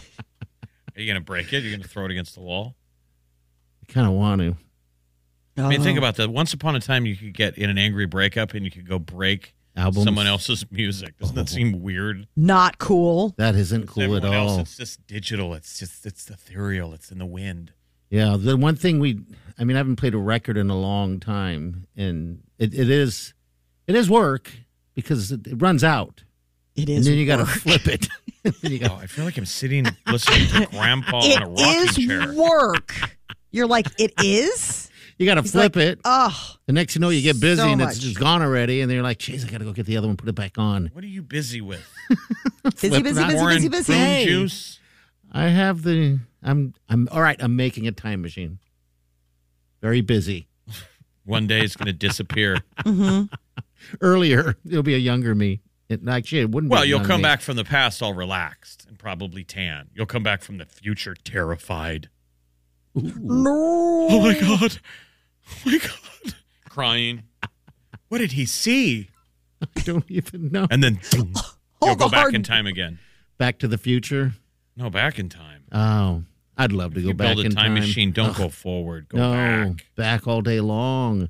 Are you going to break it? You're going to throw it against the wall? kind of want to. I Uh, mean, think about that. Once upon a time, you could get in an angry breakup and you could go break Albums. someone else's music. Doesn't that seem weird? Not cool. That isn't It's cool at everyone else. all. It's just digital. It's just it's ethereal. It's in the wind. Yeah, the one thing we, I mean, I haven't played a record in a long time, and it, it is, it is work because it, it runs out, It and is. then you got to work. flip it. <laughs> Then you Oh, gotta- I feel like I'm sitting <laughs> listening to Grandpa in It a rocking is chair. work. You're like, it is? you got to flip it. Oh, <laughs> The next you know, you get busy so and it's much. just gone already, and then you're like, "Jeez, I got to go get the other one, put it back on." What are you busy with? busy, Flip busy, that. busy, busy, Orange busy. prune Hey. juice. I have the, I'm, I'm all right. I'm making a time machine. Very busy. One day it's going to <laughs> disappear. Earlier, <laughs> it'll be a younger me. It, actually, it wouldn't. be Well, a you'll young come me. back from the past all relaxed and probably tan. You'll come back from the future <laughs> terrified. No. <laughs> Oh my god. Oh my god. Crying. What did he see? I <laughs> don't even know. And then <laughs> boom, Oh, you'll Hold go back hard- in time again. Back to the future. No, back in time. Oh, I'd love to If go you back build a in time, time machine. Don't Ugh. go forward. Go no, back. all day long.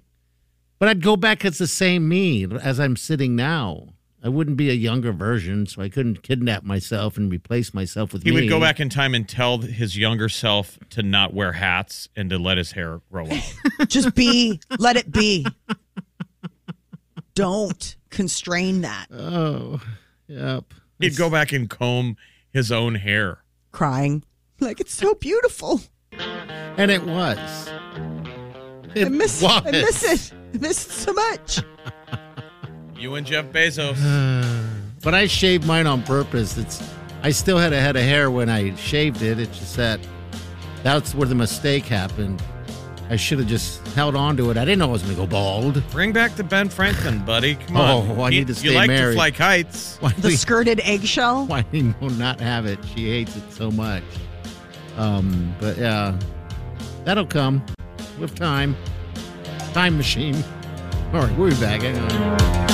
But I'd go back as the same me as I'm sitting now. I wouldn't be a younger version, so I couldn't kidnap myself and replace myself with He me. would go back in time and tell his younger self to not wear hats and to let his hair <laughs> grow out. Just be, let it be. Don't constrain that. Oh, yep. He'd go back and comb his own hair. Crying. Like, it's so beautiful. And it was. It I miss, was. I miss it. I miss it so much. You and Jeff <sighs> Bezos. <laughs> But I shaved mine on purpose. It's I still had a head of hair when I shaved it. It's just that that's where the mistake happened. I should have just held on to it. I didn't know I was going to go bald. <laughs> Bring back the Ben Franklin, buddy. Come on. Oh, I You- need to You stay like to married. <laughs> fly kites. Why The we- skirted eggshell. why do you not have it? She hates it so much. Um, but yeah, that'll come with time. Time machine. All right, we'll be back. Hang on.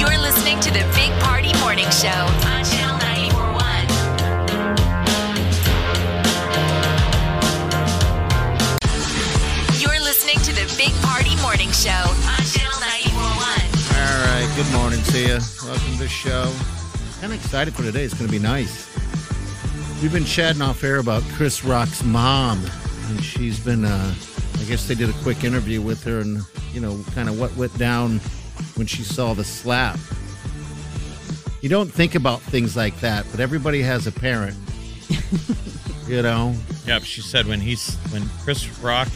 You're listening to the Big Party Morning Show on Channel 941. You're listening to the Big Party Morning Show on Channel 941. All right, good morning to you. Welcome to the show. Kind of excited for today. It's going to be nice. We've been chatting off air about Chris Rock's mom, and she's been. Uh, I guess they did a quick interview with her, and you know, kind of what went down when she saw the slap. You don't think about things like that, but everybody has a parent. you know, Yep, she said when he's when Chris Rock,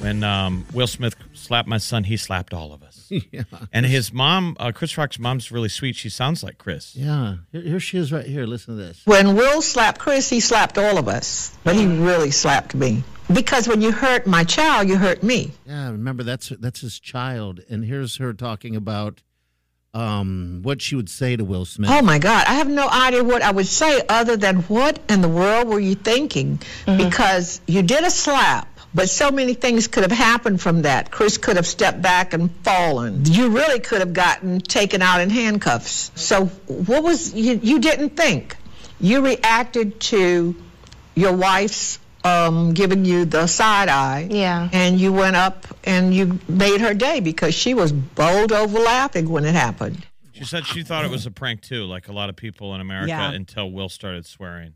when um, Will Smith slapped my son, he slapped all of us. <laughs> yeah, And his mom, uh, Chris Rock's mom's really sweet. She sounds like Chris. yeah. Here, here she is, right here. Listen to this. When Will slapped Chris, he slapped all of us, but he really slapped me. Because when you hurt my child, you hurt me. Yeah, remember that's that's his child, and here's her talking about um, what she would say to Will Smith. Oh my God, I have no idea what I would say other than what in the world were you thinking? Because you did a slap, but so many things could have happened from that. Chris could have stepped back and fallen. You really could have gotten taken out in handcuffs. So what was you? You didn't think. You reacted to your wife's um, giving you the side eye. Yeah. And you went up and you made her day because she was bowled over laughing when it happened. She said she thought it was a prank too, like a lot of people in America Yeah. until Will started swearing.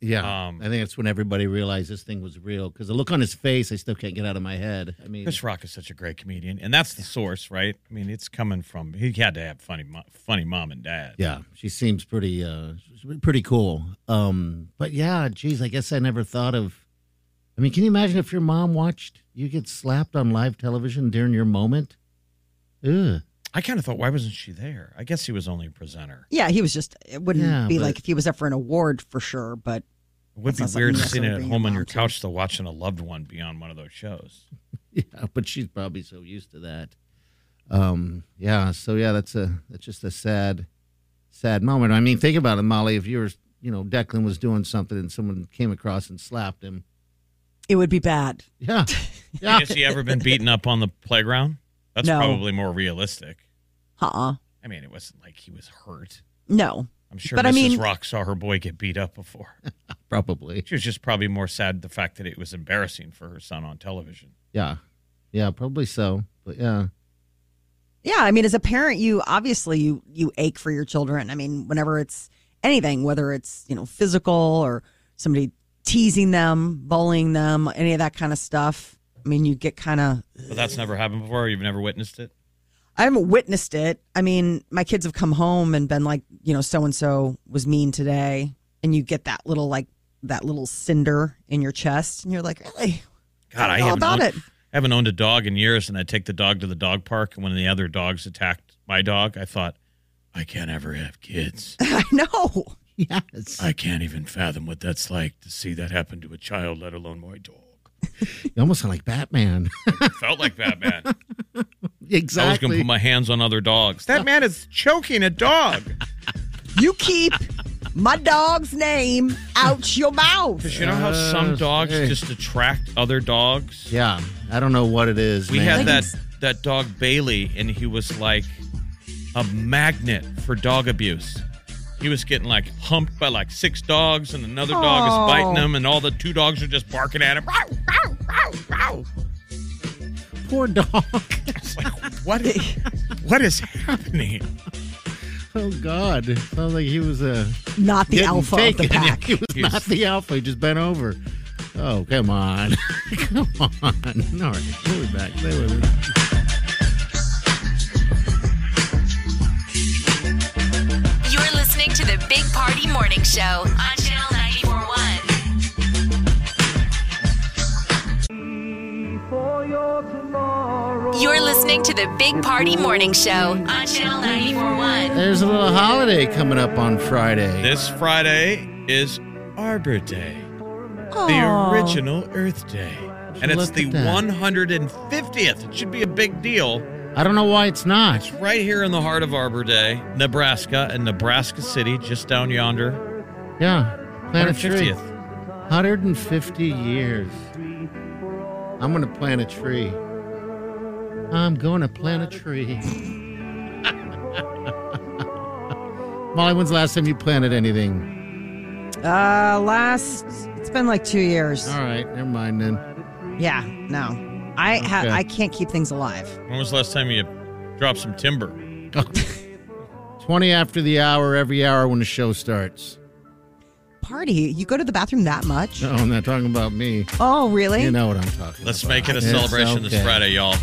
yeah, um, I think that's when everybody realized this thing was real because the look on his face, I still can't get out of my head. I mean, Chris Rock is such a great comedian, and that's the source, right? I mean, it's coming from he had to have funny, mo- funny mom and dad. yeah, she seems pretty uh, she's pretty cool. Um, but yeah, geez, I guess I never thought of. I mean, can you imagine if your mom watched you get slapped on live television during your moment? Ugh. I kind of thought, why wasn't she there? I guess he was only a presenter. Yeah, he was just. It wouldn't Yeah, be but- like if he was up for an award for sure, but It would That's not be something weird you necessarily sitting at bring your home on mom your to. couch to watching a loved one be on one of those shows. <laughs> Yeah, but she's probably so used to that. Um, yeah, so yeah, that's a that's just a sad, sad moment. I mean, think about it, Molly. If you were, you know, Declan was doing something and someone came across and slapped him. it would be bad. <laughs> Yeah, yeah, Has he ever been beaten up on the playground? That's No. probably more realistic. Uh uh Uh-uh. I mean, it wasn't like he was hurt. No. I'm sure But Mrs. I mean- Rock saw her boy get beat up before. probably. She was just probably more sad the fact that it was embarrassing for her son on television. Yeah, yeah, probably so. But yeah, Yeah, I mean, as a parent, you obviously you you ache for your children. I mean, whenever it's anything, whether it's you know physical or somebody teasing them, bullying them, any of that kind of stuff. I mean, you get kind of. But that's never happened before. You've never witnessed it. I haven't witnessed it. I mean, my kids have come home and been like, you know, so and so was mean today, and you get that little like that little cinder in your chest, and you're like, really? God, I All haven't about owned, it. I haven't owned a dog in years, and I take the dog to the dog park, and when the other dogs attacked my dog, I thought, I can't ever have kids. <laughs> I know. yes. I can't even fathom what that's like to see that happen to a child, let alone my dog. You almost sound like Batman. <laughs> It felt like <laughs> Batman. I was going to exactly. put my hands on other dogs. That man is choking a dog. You keep my dog's name out your mouth. Because you know how some Yes, dogs hey. just attract other dogs? yeah, I don't know what it is. We man. had that that dog Bailey, and he was like a magnet for dog abuse. He was getting like humped by like six dogs, and another dog is biting him, and all the two dogs are just barking at him. <laughs> Row, row, row, row. poor dog. <laughs> It's like <laughs> what? Is, what is happening? oh God, sounds like he was a. Not the getting alpha of the <laughs> taken. pack. He was Yes. not the alpha. He just bent over. Oh, come on. <laughs> come on. <laughs> All right. We'll be back. Stay with us. You're listening to the Big Party Morning Show on Channel 941. You're listening to the Big Party Morning Show on Channel 941. There's a little holiday coming up on Friday. This Friday is Arbor Day, Aw. the original Earth Day. And it's looked the at that. 150th. It should be a big deal. I don't know why it's not. Right here in the heart of Arbor Day, Nebraska, and Nebraska City, just down yonder. Yeah. Plant a tree. 150th. 150 years. I'm going to plant a tree. I'm going to plant a tree. <laughs> Molly, when's the last time you planted anything? Uh, last it's been like two years. All right, never mind then. Yeah, no, I ha- Okay. I can't keep things alive. When was the last time you dropped some timber? <laughs> 20 after the hour, every hour when the show starts. Party, you go to the bathroom that much? No, I'm not Oh, talking about me. Oh, really? You know what I'm talking Let's about. make it a It's celebration this okay. Friday, y'all.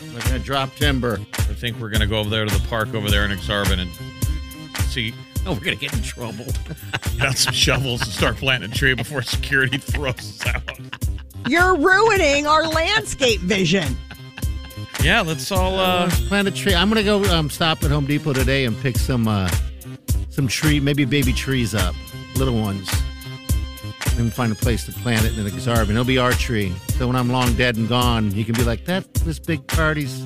We're going to drop timber. I think we're going to go over there to the park over there in Exarban and see. Oh, we're going to get in trouble. <laughs> Got some shovels and start planting a tree before security <laughs> throws us out. You're ruining our <laughs> landscape vision. Yeah, let's all. Uh, Let's plant a tree. I'm gonna go um, stop at Home Depot today and pick some uh, some tree, maybe baby trees up, little ones, and find a place to plant it in an exarban. It'll be our tree. So when I'm long dead and gone, you can be like, "That's this big party's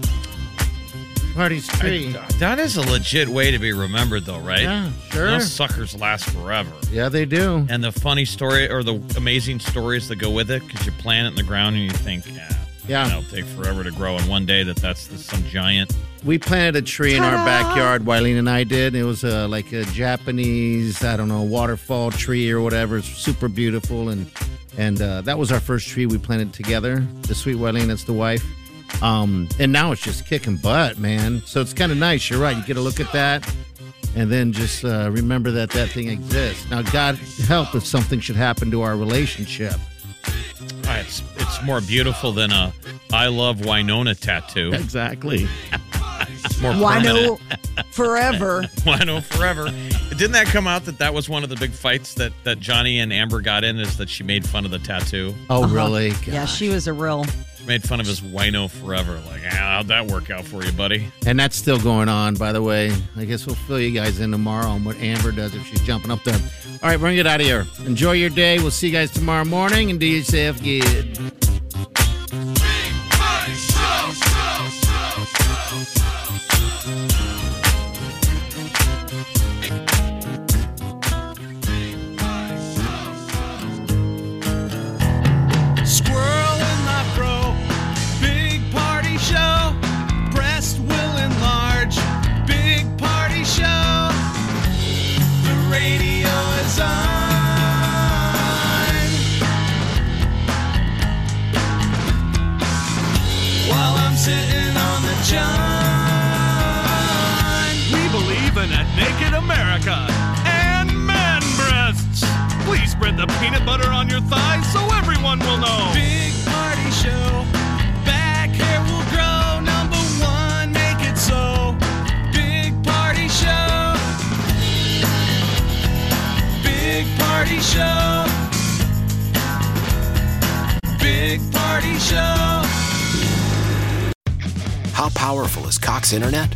party's tree." that is a legit way to be remembered, though, right? Yeah, sure. Those suckers last forever. yeah, they do. And the funny story or the amazing stories that go with it, because you plant it in the ground and you think, yeah, Yeah. it'll take forever to grow. And one day that that's the, some giant. We planted a tree in our Ta-da! backyard, Wileen and I did. It was uh, like a Japanese, I don't know, waterfall tree or whatever. It's super beautiful. And and uh, that was our first tree we planted together. The sweet Wileen, that's the wife. Um, and now it's just kicking butt, man. So it's kind of nice. You're right. You get a look at that and then just uh, remember that that thing exists. Now, God help if something should happen to our relationship. Ah, It's, it's more beautiful than a I love Winona tattoo. Exactly. It's more Why permanent. <laughs> no forever? Wino forever. Didn't that come out that that was one of the big fights that that Johnny and Amber got in is that she made fun of the tattoo, Oh, really? Uh-huh. Yeah, Gosh. she was a real. made fun of his Wino forever. Like, ah, how'd that work out for you, buddy? And that's still going on, by the way. I guess we'll fill you guys in tomorrow on what Amber does if she's jumping up there. All right, we're going to get out of here. Enjoy your day. We'll see you guys tomorrow morning and do yourself good. Squirrel in my fro, big party show. Breast will enlarge, big party show. The radio is on. While I'm sitting on the john. We believe in a naked America and man breasts. Please spread the peanut butter on your thighs so everyone will know. Big party show. Back hair will grow. Number one, make it so. Big party show. Big party show. Big party show. How powerful is Cox Internet?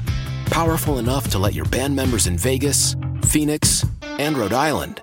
Powerful enough to let your band members in Vegas, Phoenix, and Rhode Island